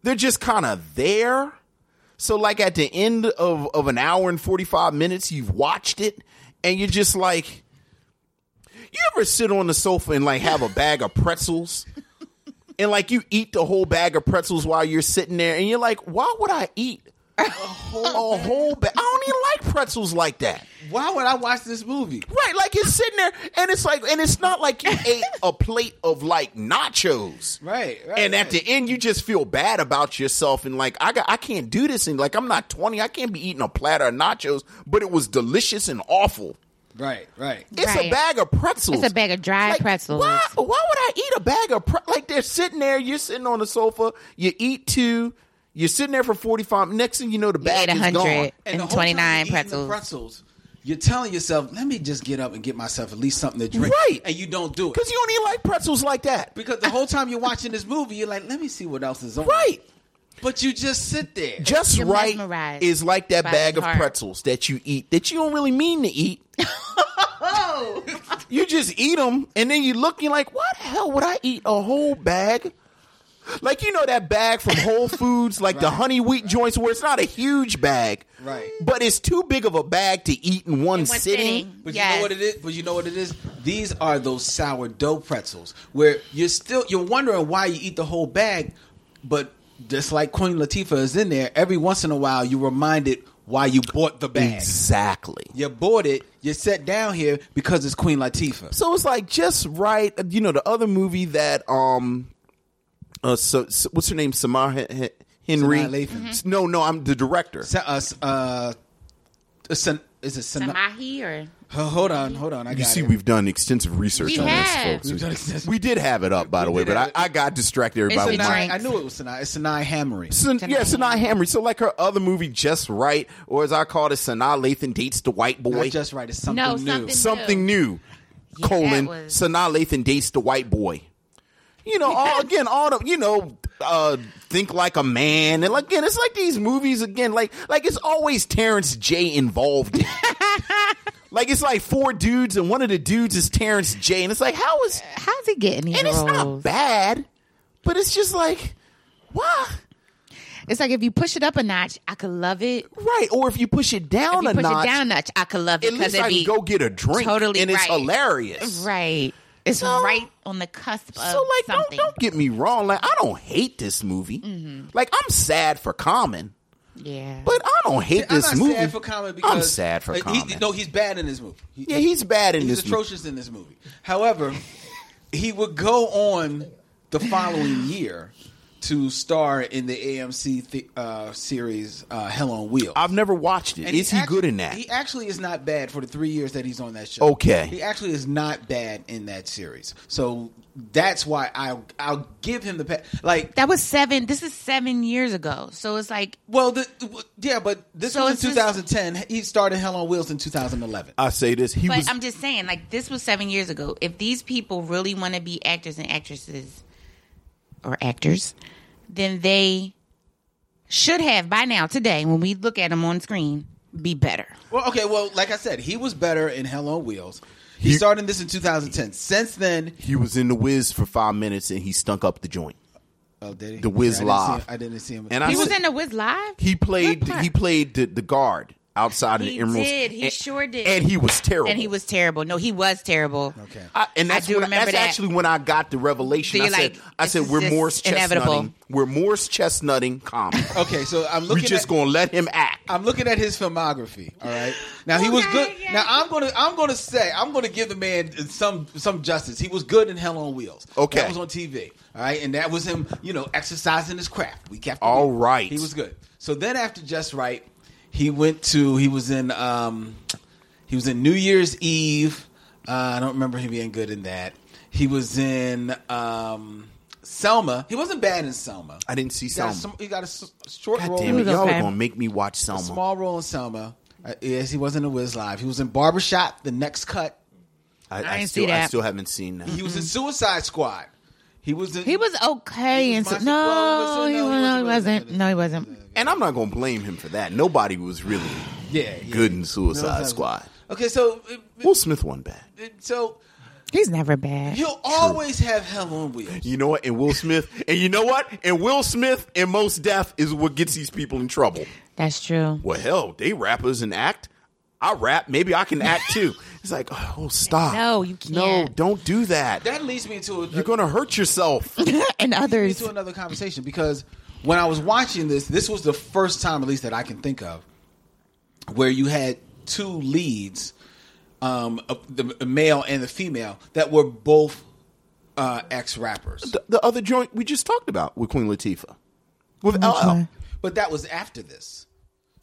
They're just kind of there. So like at the end of of an hour and forty five minutes, you've watched it, and you're just like. You ever sit on the sofa and like have a bag of pretzels and like you eat the whole bag of pretzels while you're sitting there, and you're like, why would I eat a whole, a whole bag? I don't even like pretzels like that.
Why would I watch this movie?
Right, like you're sitting there, and it's like, and it's not like you
<laughs>
ate a plate of like nachos,
Right, right,
and at
right.
the end, you just feel bad about yourself, and like I got, I can't do this, and like I'm not 20, I can't be eating a platter of nachos, but it was delicious and awful.
Right, right.
It's a
Right.
bag of pretzels.
It's a bag of dried pretzels.
Why, why would I eat a bag of pre- like they're sitting there? You're sitting on the sofa. You eat two. You're sitting there for forty five. Next thing you know, the bag
ate
is
100.
gone.
And
the whole time you're
29
eating the
pretzels.
pretzels. You're telling yourself, let me just get up and get myself at least something to drink.
Right.
And you don't do it.
Because you don't even like pretzels like that.
Because the whole time you're watching this movie, you're like, let me see what else is on.
Right.
But you just sit there.
Just
You're
right
mesmerized
is like that
by
bag
the
of
heart.
pretzels that you eat that you don't really mean to eat. Oh. you just eat them and then you look and you're like, why the hell would I eat a whole bag? Like you know that bag from
<laughs>
Whole Foods, like the honey wheat joints, where it's not a huge bag,
Right.
But it's too big of a bag to eat in one,
In one
sitting.
sitting.
But you
Yes.
know what it is? But you know what it is? These are those sourdough pretzels where you're still you're wondering why you eat the whole bag, but just like Queen Latifah is in there, every once in a while you're reminded why you bought the bag.
Exactly.
You bought it, you sat down here because it's Queen Latifah.
So it's like just right. You know the other movie that um, uh, so, so- what's her name? Samar Hen- Hen- Henry.
Samara Lathan.
S- No, no, I'm the director.
Sa- uh, s- uh, a sen- is it sen-
Samahi or
Oh, hold on, hold on. I got
you see,
it.
we've done extensive research
We
on
have.
this,
We've
folks.
done extensive-
We did have it up, by the way,
did
but I,
have it.
I got distracted everybody with
Sinai-
my
Mike.
I knew it was Sinai. It's Sinai Hammery.
Sin, yeah, Sinai Hamry. So like her other movie, Just Right, or as I call it, Sinai Lathan dates the white boy.
Not just right. It's something
No,
new.
something-
something new.
Yeah,
colon
that was-
Sanaa Lathan dates the white boy. You know, all again, all the you know, uh, think like a man, and like, again, it's like these movies again, like like it's always Terrence J involved.
<laughs>
in it. like it's like four dudes, and one of the dudes is Terrence J, and it's like how is
how's it getting these
and it's not
roles?
bad, but it's just like why
It's like if you push it up a notch, I could love it.
right? Or if you push it
If
down
you
a
push
notch,
it down a notch, I could love it
at
because
least
it'd
I can
be
go get a drink,
totally
and it's
right.
hilarious,
right. It's
So-
right on the cusp of
So like, don't,
something. Mm-hmm.
don't get me wrong. Like, I don't hate this movie. Like, I'm sad for Common,
yeah.
but I don't hate
I'm
this
not
movie.
sad for Common because
I'm sad for
uh, he-
Common.
no, he's bad in this movie. He-
yeah, he's bad in
he's
this. mo-
atrocious in this movie. However, he would go on the following year to star in the AMC th- uh, series uh, Hell on Wheels.
I've never watched it.
And
Is he
actu-
good in that?
He actually is not bad for the three years that he's on that show.
Okay.
he actually is not bad in that series. So that's why I I'll give him the pa- like.
that was seven. This is seven years ago. So it's like
Well, the, yeah, but this
So
was
it's
in
just-
2010. he started Hell on Wheels in 2011.
I say this. He
But
was.
I'm just saying, like this was seven years ago. If these people really want to be actors and actresses or actors, then they should have by now, today, when we look at them on screen, be better.
Well, okay. Well, like I said, he was better in Hell on Wheels. He, started this in 2010. Since then,
he was in the Wiz for five minutes and he stunk up the joint.
oh, did he?
The
I
Wiz
didn't
Live.
see him- I didn't see him.
And I
He was
said-
in the Wiz Live.
He played.
What part?
He played the, the guard outside of
He
the Emerald.
did. He
and-
sure did.
And he was terrible.
and he was terrible. No, he was terrible.
okay.
I, and that's,
I do
when-
remember
that's
that.
actually when I got the revelation.
So
I
you're
said,
like,
I
this
said,
is
we're
just
Morse
inevitable.
chestnutting. We're Morse chestnutting common.
<laughs> Okay, so I'm
We're
looking.
just
at,
gonna let him act.
I'm looking at his filmography. All right. Now he was good. Now I'm gonna I'm gonna say I'm gonna give the man some some justice. He was good in Hell on Wheels.
Okay.
That was on TV. All right, and that was him. You know, exercising his craft. We kept.
All right.
He was good. So then after Just Right, he went to he was in um he was in New Year's Eve. Uh, I don't remember him being good in that. He was in um Selma. He wasn't bad in Selma.
I didn't see
He got a
Selma.
sm- he got a s- short
God
role.
damn it!
was
Y'all
okay.
are gonna make me watch Selma.
A small role in Selma. Uh, yes, he was in the Wiz Live. He was in Barbershop, The Next Cut.
I, I,
didn't
still,
see
I
that.
still haven't seen that.
He was in Suicide Squad. He was in.
He was okay.
He
and
was
so,
Monty-
no,
well,
he,
listen,
was, no, he wasn't. No, he wasn't.
and I'm not gonna blame him for that. Nobody was really
yeah, yeah.
good in
No,
Suicide
that's-
Squad.
Okay, so uh,
Will Smith won bad.
uh, so
He's never bad.
he'll always have hell on wheels.
You know what? And Will Smith, and you know what? And Will Smith and most death is what gets these people in trouble.
That's true.
Well, hell, they rappers and act. I rap. Maybe I can act
<laughs>
too. It's like, oh, stop.
No, you
No,
can't.
don't do that.
That leads me to a,
You're going to hurt
<laughs>
yourself.
and
leads
others.
me to another conversation because when I was watching this, this was the first time, at least that I can think of, where you had two leads, um, a- the a male and the female, that were both uh, ex rappers.
the, the other joint we just talked about with Queen Latifah. With LL.
But that was after this.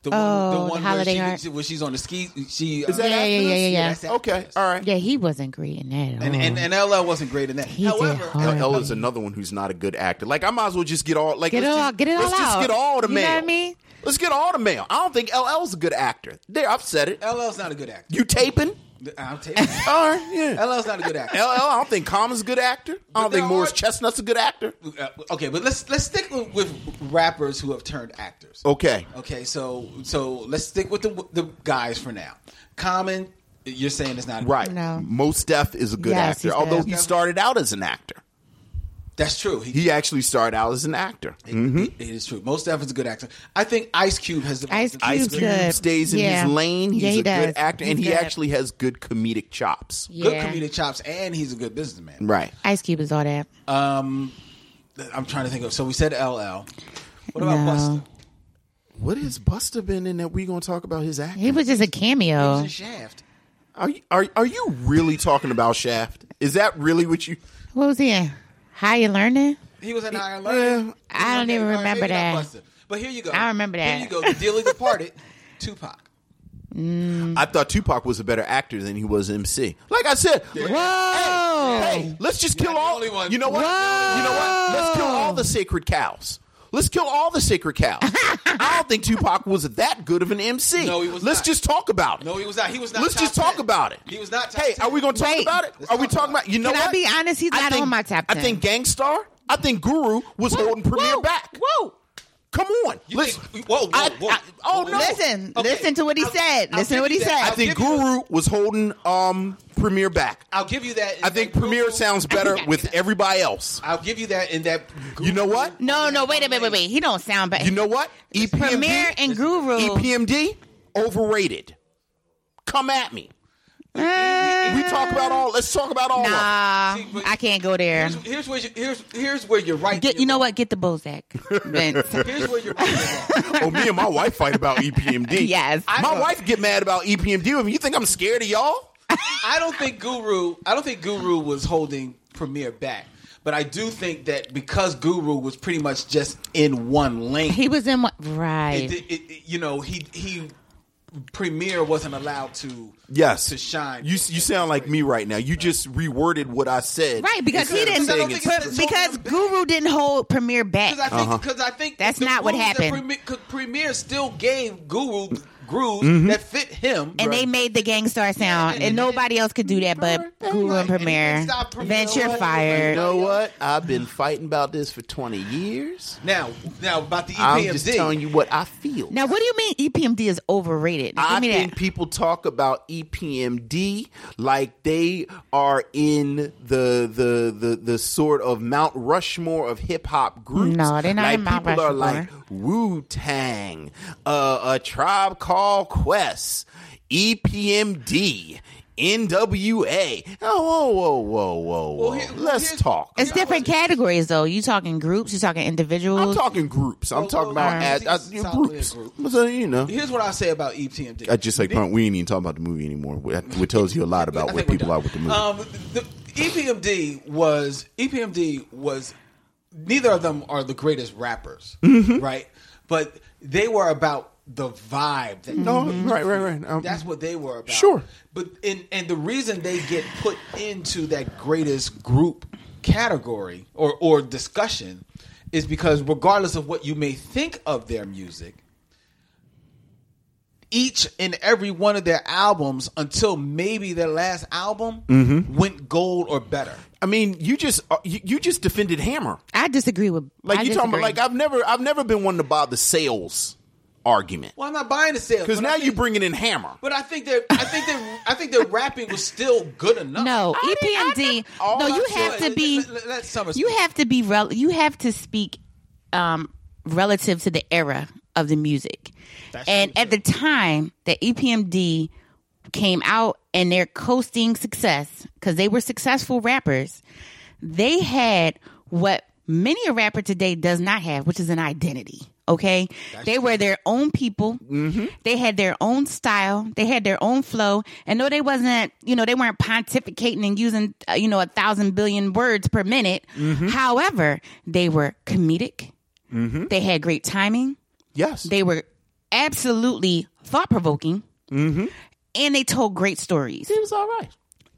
The one,
Oh,
the
the
one
Holiday
where,
Heart.
she, where she's on the ski. She uh,
Is that
Yeah,
after
yeah, yeah,
this?
yeah, yeah.
that's after
Okay,
this.
all right.
Yeah, he wasn't great in that. At
And,
all.
and and LL wasn't great in that.
He did
However,
hard.
LL is another one who's not a good actor. Like I might as well just get all like
Get it
let's
all-
just,
get it all
let's just
out.
get all the
You know
mail.
what I mean?
Let's get all the mail. I don't think LL's a good actor. There, I've said it.
LL's not a good actor.
You taping?
I'll take it. <laughs>
All right, yeah.
LL's not a good actor.
LL, I don't think Common's a good actor. I don't
there
think Morris
are-
Chestnut's a good actor.
Uh, okay, but let's let's stick with, with rappers who have turned actors.
Okay.
Okay, so so let's stick with the the guys for now. Common, you're saying it's not
Right.
No.
Most Def is a good
Yes,
actor,
he's
although
good.
he started out as an actor.
That's true. He,
He actually started out as an actor. Mm-hmm.
it is true. Most Def is a good actor. I think Ice Cube has the
Ice
Ice
He's
Cube
good.
stays in
Yeah.
his lane. He's
Yeah, he
a
does.
good actor, and
He's
he
good.
actually has good comedic chops.
good
Yeah.
comedic chops, and he's a good businessman.
Right.
Ice Cube is all that.
Um, I'm trying to think of. So we said LL. What about
No.
Buster?
What has Buster been in that we going to talk about his acting?
He was just a
He was
cameo.
in Shaft.
Are you, are are you really talking about Shaft? Is that really what you?
What was he in? Higher Learning?
He was in Iron Learning.
I don't even
Okay,
remember
maybe not
that.
Buster. But here you go.
I remember that.
Here you go. Dearly Departed, <laughs> Tupac.
I thought Tupac was a better actor than he was MC. Like I said,
Whoa!
hey, let's just kill
the
all.
only one.
You know what? You know what? Let's kill all the sacred cows. Let's kill all the
<laughs>
sacred cows. I don't think Tupac was that good of an MC.
No, he was
Let's
not.
just talk about it.
No, he was not. He was not.
Let's
top
just talk
10.
about it.
He was not. Top
Hey,
10.
are we going to talk
Wait.
about it?
Let's
Are we
talk
talking
about
about? You know
Can I
what?
be honest? He's not on my top
I
10.
think Gangstar. I think Guru was holding Premier back.
Whoa!
Come on.
You
Let's-
think- whoa, whoa,
I-
whoa.
I- oh, no.
Listen,
Okay.
listen to what he
I'll-
said.
I'll
listen to
give
what
you
he
that.
said.
I
I'll
think
give you-
Guru was holding um Premier back.
I'll give you that. in
I think
that
Premier
Guru-
sounds better with everybody else.
I'll give you that in that. Guru-
You know what?
no, no, wait a minute, wait, wait. He don't sound bad.
You know what? E
Premier
EPMD,
and Guru.
EPMD overrated. Come at me. we talk about all. Let's talk about all. of
Eh. Nah,
See, but-
I can't go there.
Here's, here's where you, here's here's where you're right.
Get you know what? Get the Bozak.
<laughs>
Vince.
Here's where you're right.
them. Oh, me and my wife fight about E EPMD.
<laughs> Yes.
my wife get mad about E EPMD. with me. You think I'm scared of y'all?
I don't think Guru. I don't think Guru was holding Premier back, but I do think that because Guru was pretty much just in one lane,
he was in what?
it,
Right.
it, it- you know, he he Premier wasn't allowed to
Yes,
to shine.
You you sound like me right now. You just reworded what I said.
Right, because he
Instead of
didn't.
saying
I don't think
it's-
it's-
but- because Guru didn't hold Premier back.
because I
Uh-huh.
think because I think
That's
the
not what
grooves that
happened.
Premier, 'cause Premier still gave Guru
Mm-hmm.
grooves that fit him,
and they made the gangstar sound,
and-
and, nobody else could do that but
Right,
Guru
right,
and Premier.
and stop Premier
Vince, you're
all over.
You
fired.
know what? I've been fighting about this for twenty years.
Now, now about the
E
E EPMD.
I'm just telling you what I feel.
Now, what do you mean E EPMD is overrated? Give
I
me
think
that.
people talk about E EPMD like they are in the the the, the sort of Mount Rushmore of hip hop groups.
No, they're not
like
in Mount
people are
Rushmore.
like Wu Tang, uh, a tribe called Quest, E EPMD. NWA. Oh, whoa, whoa, whoa, whoa, whoa.
here- well,
Let's
here's-
talk.
It's different categories, though. You talking groups? You talking
I'm
individuals?
talking groups. I'm talking about
well,
as,
well,
as-
it's
groups.
solid
So, you know,
Here's what I say about E EPMD.
I just like punk. We ain't even talking about the movie anymore, which tells you a lot about
I
where
think we're
people
done.
are with the movie.
Um, the EPMD was E EPMD was neither of them are the greatest rappers,
Mm-hmm.
right? But they were about the vibe. That
no, right, right, right. Um,
That's what they were about.
Sure.
But and and the reason they get put into that greatest group category or or discussion is because regardless of what you may think of their music, each and every one of their albums until maybe their last album
Mm-hmm.
went gold or better.
I mean, you just uh, you, you just defended Hammer.
I disagree with. I
Like you talking about?
disagree.
Like I've never I've never been one to buy the sales argument
Well, I'm not buying the sales
because
but I
now
think-
you bringing in Hammer.
But I think that I think that I think their rapping was still good enough.
No, E EPMD.
all
no,
I
you
said-
have to
Let-
be.
let- let- let Summer
You
speak.
have to be. Rel- you have to speak um, relative to the era of the music, and at the time that E EPMD came out and they're coasting success because they were successful rappers. They had what many a rapper today does not have, which is an identity. Okay, they were their own people. They had their own style. They had their own flow. And no, they wasn't. You know, they weren't pontificating and using uh, you know a thousand billion words per minute. However, they were comedic. They had great timing.
Yes,
They were absolutely thought provoking. And they told great stories.
it was Mm-hmm. all right.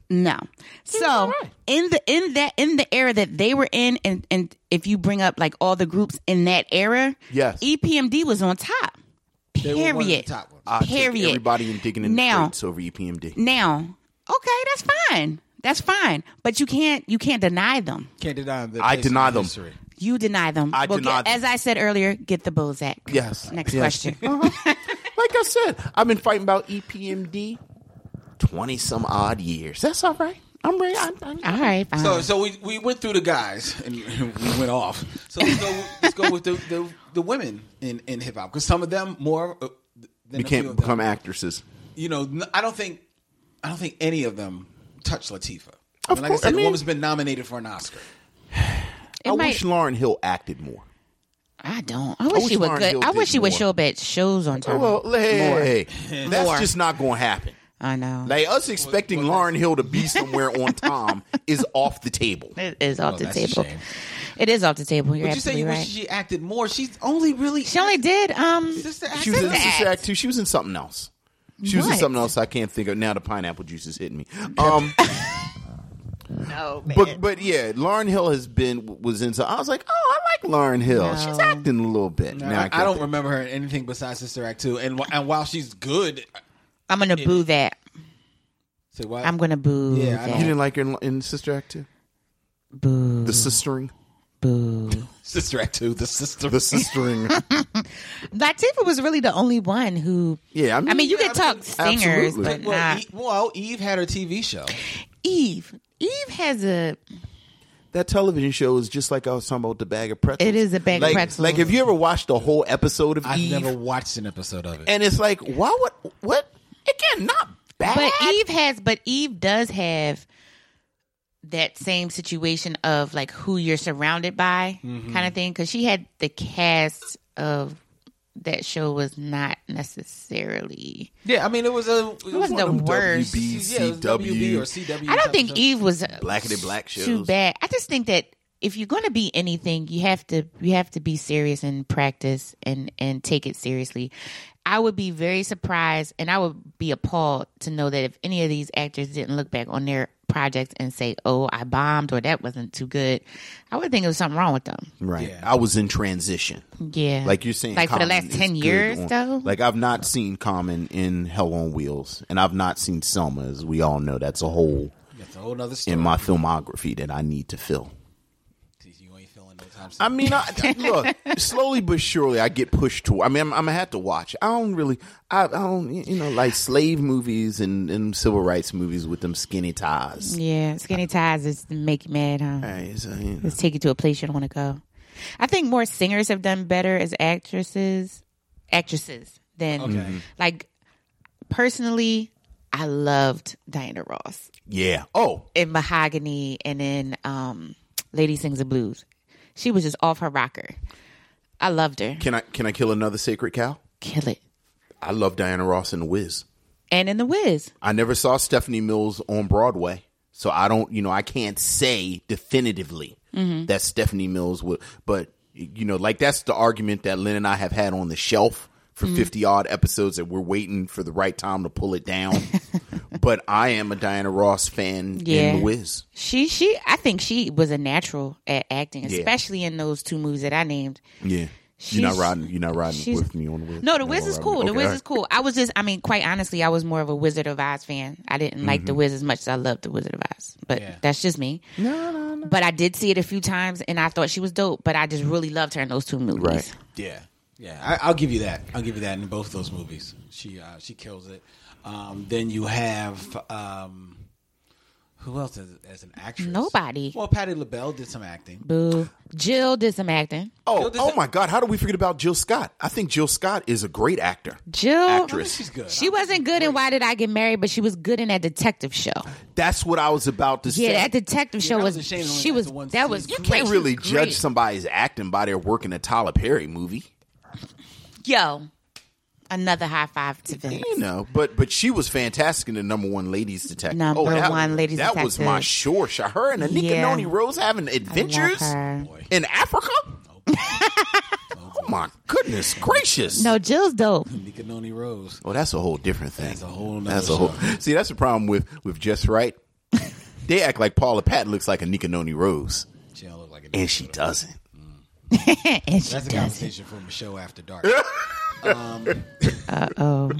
No. So in the in that in the era that they were in, and and if you bring up like all the groups in that era, E
Yes.
EPMD was on top.
were one of the
Period.
top ones.
I take
Period.
Everybody in digging in
Now-
the crates over E EPMD.
Now, okay, that's fine. That's fine. But you can't you can't deny them.
Can't deny them.
I deny them.
You deny them.
I deny
get-
them.
As I said earlier, get the Bozak.
Yes.
Next
Yes. <laughs>
question.
Like I said, I've been fighting about E EPMD twenty some odd years. That's all right. I'm ready. I, I,
<laughs> All right, fine.
So, so we, we went through the guys and <laughs> we went off. So let's go, let's go with the, the, the women in, in hip hop because some of them more uh, than a
we
few
can't
of them.
become actors.
You know, n- I don't think I don't think any of them touch Latifah.
Of
And like
course,
I
I
said, the
mean-
woman's been nominated for an Oscar.
It
I
might-
wish Lauren Hill acted more.
I don't. I wish,
wish
she would
Lauren
good.
Hill
I
did
wish she would
more.
show up at shows on time.
Well, hey, that's
More.
just not going to happen.
I know.
Like us expecting Lauren Hill to be somewhere <laughs> on time is off the table.
It is off
Oh,
the
that's a
table.
shame.
It is off the table. You're
Would you say
absolutely
you
right.
wish she acted more? She's only really
She only did um
Sister Act.
She was in
Sister
Sister
Act.
Act too. She was in something else. She was in
What?
something else I can't think of now. The pineapple juice is hitting me. <laughs> Um,
no,
but but yeah, Lauren Hill has been was into. I was like, oh, I like Lauren Hill.
No.
She's acting a little bit.
No,
Now
I, I
can't
don't
think.
remember her in anything besides Sister Act two. And wh- and while she's good,
I'm gonna boo that.
say what?
I'm gonna boo.
Yeah, I
that.
You didn't like her in, in Sister Act too.
boo
The <laughs> sistering,
boo.
Sister Act two, the
<laughs>
sister.
the sistering.
Latifah was really the only one who.
Yeah, I mean,
I mean, you
yeah,
could
Mm, I
talk
mean,
singers,
absolutely.
but
well, E-
not
Eve, well, Eve had her TV show.
Eve. Eve has a.
that television show is just like I was talking about the bag of pretzels.
It is a bag of
like,
pretzels.
Like, have you ever watched a whole episode of
I've
Eve?
never watched an episode of it.
and it's like, why would what? Again, not bad.
But Eve has, but Eve does have that same situation of like who you're surrounded by
Mm-hmm.
kind of thing because she had the cast of that show was not necessarily.
Yeah, I mean it was a it,
wasn't
one
the
of them E
worst.
WB, yeah, it was WB or CW.
I
type
don't
of
think
shows.
Eve was uh,
Blackity black
too
shows.
bad. I just think that if you're going to be anything, you have to you have to be serious and practice and and take it seriously. I would be very surprised and I would be appalled to know that if any of these actors didn't look back on their projects and say, "Oh, I bombed" or "That wasn't too good," I would think there was something wrong with them.
Right. I was in transition.
Yeah,
Like you're saying,
like for the
Common
last
is
ten
good
years,
on-
though.
Like I've not seen Common in Hell on Wheels, and I've not seen Selma. As we all know, that's a hole
That's a whole nother story.
in my filmography that I need to fill.
you ain't feeling no time soon.
I mean, I, I- look, slowly but surely, I get pushed to. I mean, I'm, I'm gonna have to watch. it. I don't really, I, I don't, you know, like slave movies and, and civil rights movies with them skinny ties.
yeah, skinny ties is make you mad, huh?
Right, so, you know.
Let's take you to a place you don't want to go. I think more singers have done better as actresses, actresses than like personally. I loved Diana Ross
Yeah. Oh,
in Mahogany and in um, Lady Sings the Blues. She was just off her rocker. I loved her.
can I can I kill another sacred cow?
Kill it.
I love Diana Ross and The Wiz.
And in The Wiz.
I never saw Stephanie Mills on Broadway, so I don't, you know, I can't say definitively
Mm-hmm.
that Stephanie Mills would, but you know, like that's the argument that Lynn and I have had on the shelf
Mm-hmm.
for 50 odd episodes that we're waiting for the right time to pull it
<laughs>
down. but I am a Diana Ross fan
Yeah.
in The Wiz.
She she I think she was a natural at acting,
Yeah.
especially in those two movies that I named.
Yeah. you're
She's-
not riding, you're not riding
she's-
with me on The Wiz.
No,
You're
the
not
Wiz is
riding-
cool. the
okay,
Wiz
all
is cool. I was just, I mean, quite honestly, I was more of a Wizard of Oz fan. I didn't like the Wiz as much as I loved the Wizard of Oz, but that's just me. No, no, no. But I did see it a few times, and I thought she was dope. But I just really loved her in those two movies.
Right.
Yeah, yeah. I, I'll give you that. I'll give you that in both those movies. She uh, she kills it. Um, then you have um, who else as, as an actress?
Nobody.
Well, Patty LaBelle did some acting.
Boo. Jill did some acting.
Oh, oh my God! How do we forget about Jill Scott? I think Jill Scott is a great actor.
Jill,
Actress.
She's good.
she wasn't good in Why Did I Get Married, but she was good in that detective show.
That's what I was about to
Yeah,
say.
that detective show
that
was,
was a shame it only
she
got
was
to one
that was
season.
You can't
great.
really
She was
judge
great.
somebody's acting by their work in a Tyler Perry movie,
Yo, another high five to
<laughs>
Vince.
you know. But but she was fantastic in the number one ladies detective. Oh,
Number
that,
one ladies
That was
detective.
my sure shot. Her and Anika
Yeah.
Noni Rose having adventures
her.
in Africa. oh my goodness gracious!
No, Jill's dope.
Nicanoni Rose.
Oh, that's a whole different thing. That's a
whole nother
That's a whole. See, that's the problem with with Just Right. they act like Paula Patton looks like Anika Noni Rose,
She don't look like a.
and she doesn't.
And she
That's a
does.
conversation from a show after dark.
<laughs>
Um, <laughs>
Oh.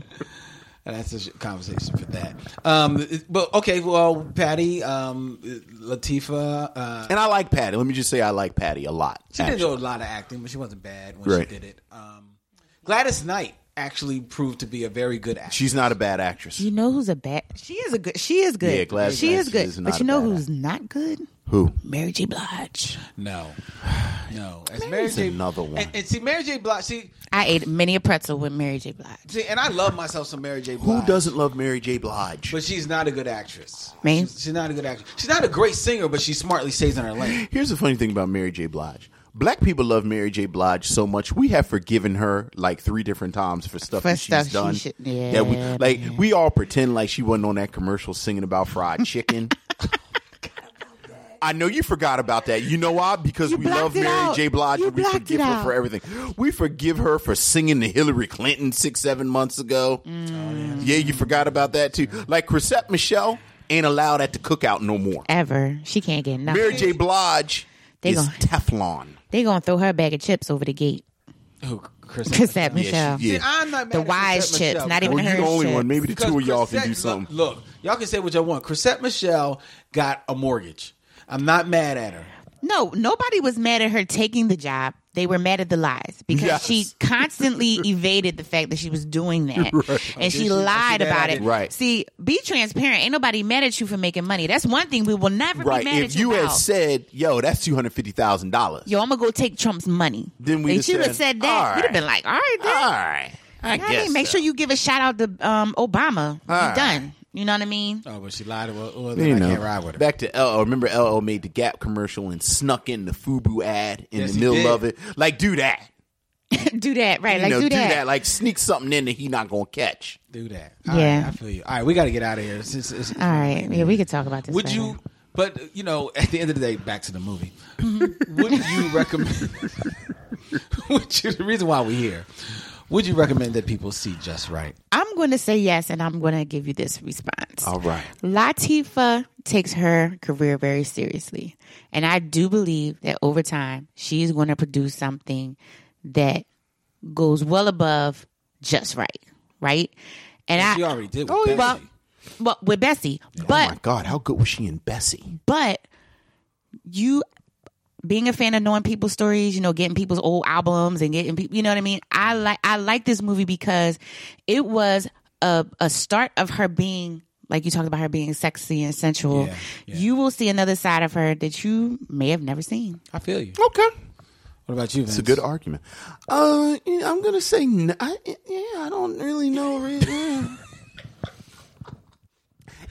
That's a sh- conversation for that. Um, but okay, well, Patty, um, Latifa, uh,
And I like Patty. Let me just say, I like Patty a lot.
She did
actually.
do a lot of acting, but she wasn't bad when
Right.
she did it. Um, Gladys Knight actually proved to be a very good actor.
She's not a bad actress.
You know who's a bad? She is a good. She is good.
Yeah, Gladys
she is
Knight
good.
is not
but you
a
know
bad
who's not good?
Who?
Mary J. Blige.
no, no. As
Mary's another one.
And, and see, Mary J. Blige. See,
I ate many a pretzel with Mary J. Blige.
see, and I love myself some Mary J.
Who
Blige.
doesn't love Mary J. Blige?
But she's not a good actress.
Me?
She's, she's not a good actress. She's not a great singer, but she smartly stays in her lane.
Here's the funny thing about Mary J. Blige. Black people love Mary J. Blige so much. We have forgiven her like three different times for stuff
For
that
stuff
she's
she
done.
should- yeah.
That we like we all pretend like she wasn't on that commercial singing about
<laughs>
fried chicken. I know you forgot about that. You know why? Because
You
we
blocked
love
it
Mary
out.
J. Blige
You
and we
blocked
forgive
it
her
out.
for everything. We forgive her for singing to Hillary Clinton six, seven months ago.
Mm.
yeah. you forgot about that too. Like Chrisette Michelle ain't allowed at the cookout no more.
Ever. She can't get nothing.
Mary J. Blige
They
is
gonna-
Teflon.
They gonna throw her a bag of chips over the gate. <laughs>
Who? Chris.
Cause that
Yeah, she-
Michelle.
yeah.
See, I'm not mad
The
at Chrisette
wise chips,
Michelle.
not even
Well,
her
you're the only
shit.
one. Maybe the
Because
two of y'all can
Chrisette-
do
look-
something.
Look, y'all can say what y'all want. Chrisette Michelle got a mortgage. I'm not mad at her.
No, nobody was mad at her taking the job. They were mad at the lies because
Yes.
she constantly
<laughs>
evaded the fact that she was doing that, and she
that
lied
I
about it.
didn't-
Right.
See, be transparent. Ain't nobody mad at you for making money. That's one thing we will never
Right.
be mad
If
at
you
you
had
about.
said, yo, that's two hundred fifty thousand dollars.
Yo, I'm gonna go take Trump's money.
Then we'd
If
have
she would
said,
have said
"All
that.
right.
We'd have been like, all right, then.
all right. I
You know what I
guess.
mean? Make
so.
sure you give a shout out to um, Obama.
All
You're
right.
done. You know what I mean?
Oh, but she lied. Well, well
You
then
know,
I can't ride with her.
back to LL. Remember, LL made the Gap commercial and snuck in the FUBU ad in
Yes,
the
he
middle
did.
of it. Like, do that.
<laughs> do that, right?
You
like
know,
do, that.
Like, sneak something in that he not gonna catch.
Do that. All
Yeah.
right, I feel you. All right, we got to get out of here. It's- it's- it's-
All right. Yeah, we could talk about this.
Would
later.
you? But you know, at the end of the day, back to the movie. would you recommend? <laughs> would you, the reason why we're here? Would you recommend that people see Just Right?
I'm going to say yes, and I'm going to give you this response.
All right.
Latifa takes her career very seriously. And I do believe that over time, she's going to produce something that goes well above just right, right? And I Oh,
She already did. With Bessie.
well, well, with Bessie, but
Oh my God, how good was she in Bessie?
but you being a fan of knowing people's stories, you know, getting people's old albums and getting people, you know what I mean? I like I like this movie because it was a a start of her being like you talked about her being sexy and sensual.
Yeah, yeah.
You will see another side of her that you may have never seen.
I feel you.
Okay,
What about you?
it's a good argument. Uh, you know, I'm gonna say, n- I, yeah, I don't really know. re- yeah.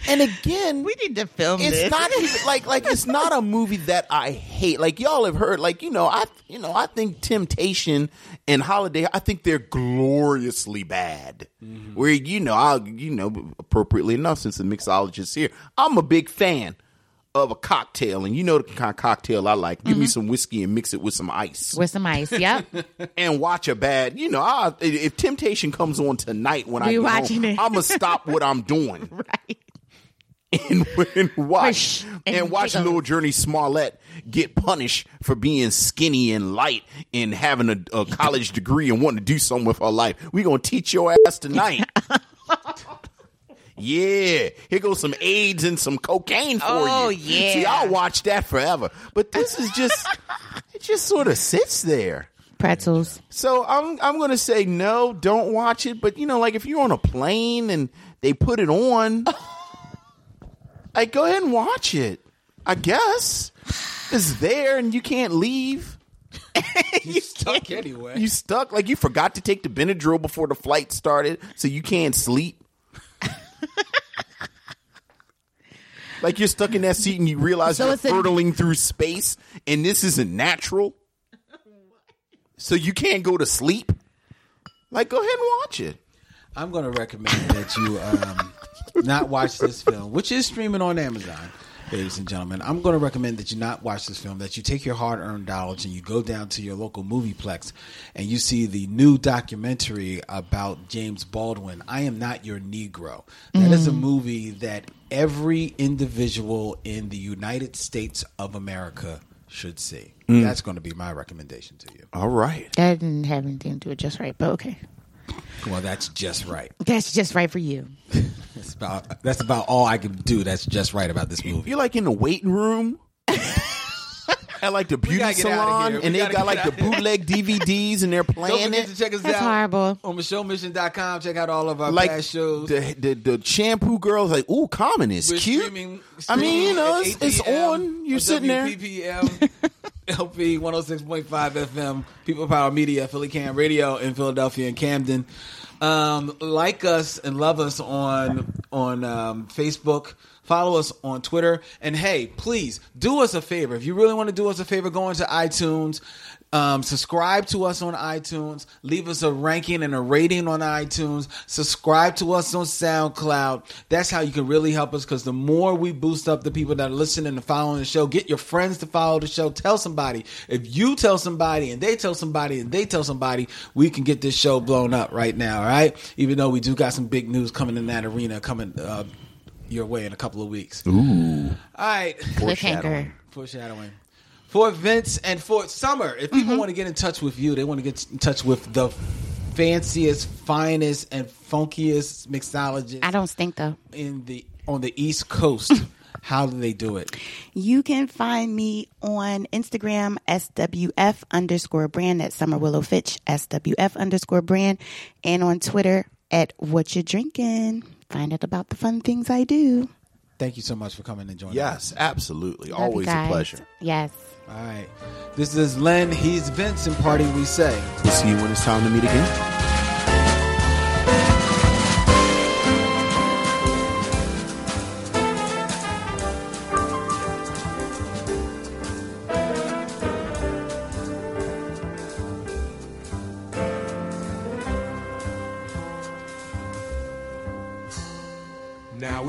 and again,
need to film
it's not even like like it's not a movie that I hate. Like y'all have heard, like you know, I you know I think Temptation and Holiday, I think they're gloriously bad. Where you know I you know appropriately enough, since the mixologist here, I'm a big fan of a cocktail, and you know the kind of cocktail I like. Give me some whiskey and mix it with some ice,
with some ice. Yep.
and watch a bad. You know, I, if Temptation comes on tonight when I
We
get
watching
home,
it.
I'm gonna stop what I'm doing
<laughs> right.
and, and watch
Push
and,
and
watch
giggle.
little Journey Smollett get punished for being skinny and light and having a, a college degree and wanting to do something with her life. We gonna teach your ass
<laughs>
tonight. yeah, here goes some AIDS and some cocaine for you.
Oh, yeah.
see, I'll watch that forever. But this is just it. Just sort of sits there.
Pretzels.
So I'm I'm gonna say no, don't watch it. But you know, like if you're on a plane and they put it on, like go ahead and watch it. I guess it's there and you can't leave.
You stuck anyway.
You stuck like you forgot to take the Benadryl before the flight started, so you
<laughs>
can't sleep. like you're stuck in that seat and you realize
So
you're
it's a-
hurtling through space, and this isn't
<laughs>
natural. So you can't go to sleep. Like, go ahead and watch it.
I'm going to recommend that you um, not watch this film, which is streaming on Amazon, ladies and gentlemen. I'm going to recommend that you not watch this film, that you take your hard earned dollars and you go down to your local movieplex and you see the new documentary about James Baldwin, I Am Not Your Negro. That is a movie that every individual in the United States of America should see. That's going to be my recommendation to you.
All right.
That didn't have anything to do with just right, but okay.
Well, that's just right.
That's just right for you.
That's about that's about all I can do. That's just right about this movie.
You're like in the waiting
<laughs>
room. At like the beauty
gotta get outta
salon,
here. We
and they
gotta
got
get
like the
outta here.
bootleg DVDs, and they're
Don't
playing
forget
it.
to check us
That's
out
horrible.
on MichelleMission.com. Check out all of our
like
past shows.
The, the the shampoo girls like, ooh, common is
We're
cute.
streaming-
I mean, you
streaming
know,
at
it's, it's
8 p.m.
on. You're
on
sitting
<laughs>
there.
WPPM, LP 106.5 FM, People Power Media, Philly Cam Radio in Philadelphia and Camden. Um, like us and love us on on um, Facebook. Follow us on Twitter. And hey, please do us a favor. If you really want to do us a favor, go into iTunes. Um, subscribe to us on iTunes. Leave us a ranking and a rating on iTunes. Subscribe to us on SoundCloud. That's how you can really help us because the more we boost up the people that are listening and following the show, get your friends to follow the show. Tell somebody. If you tell somebody and they tell somebody and they tell somebody, we can get this show blown up right now, all right? Even though we do got some big news coming in that arena coming uh, your way in a couple of weeks. Ooh. All right
Cliffhanger.
foreshadowing for Vince and for Summer. If people want to get in touch with you, they want to get in touch with the fanciest, finest, and funkiest
I
mixologist
don't stink though.
in the on the East Coast. How do they do it?
You can find me on Instagram, SWF underscore brand. That's Summer Willow Fitch, SWF underscore brand. And on Twitter at What You Drinking. Find out about the fun things I do.
Thank you so much for coming and joining us.
Yes, absolutely.
Love you
Always a
guys.
pleasure.
Yes.
All right. This is Len. He's Vince and Party We Say.
We'll see you when it's time to meet again.
Now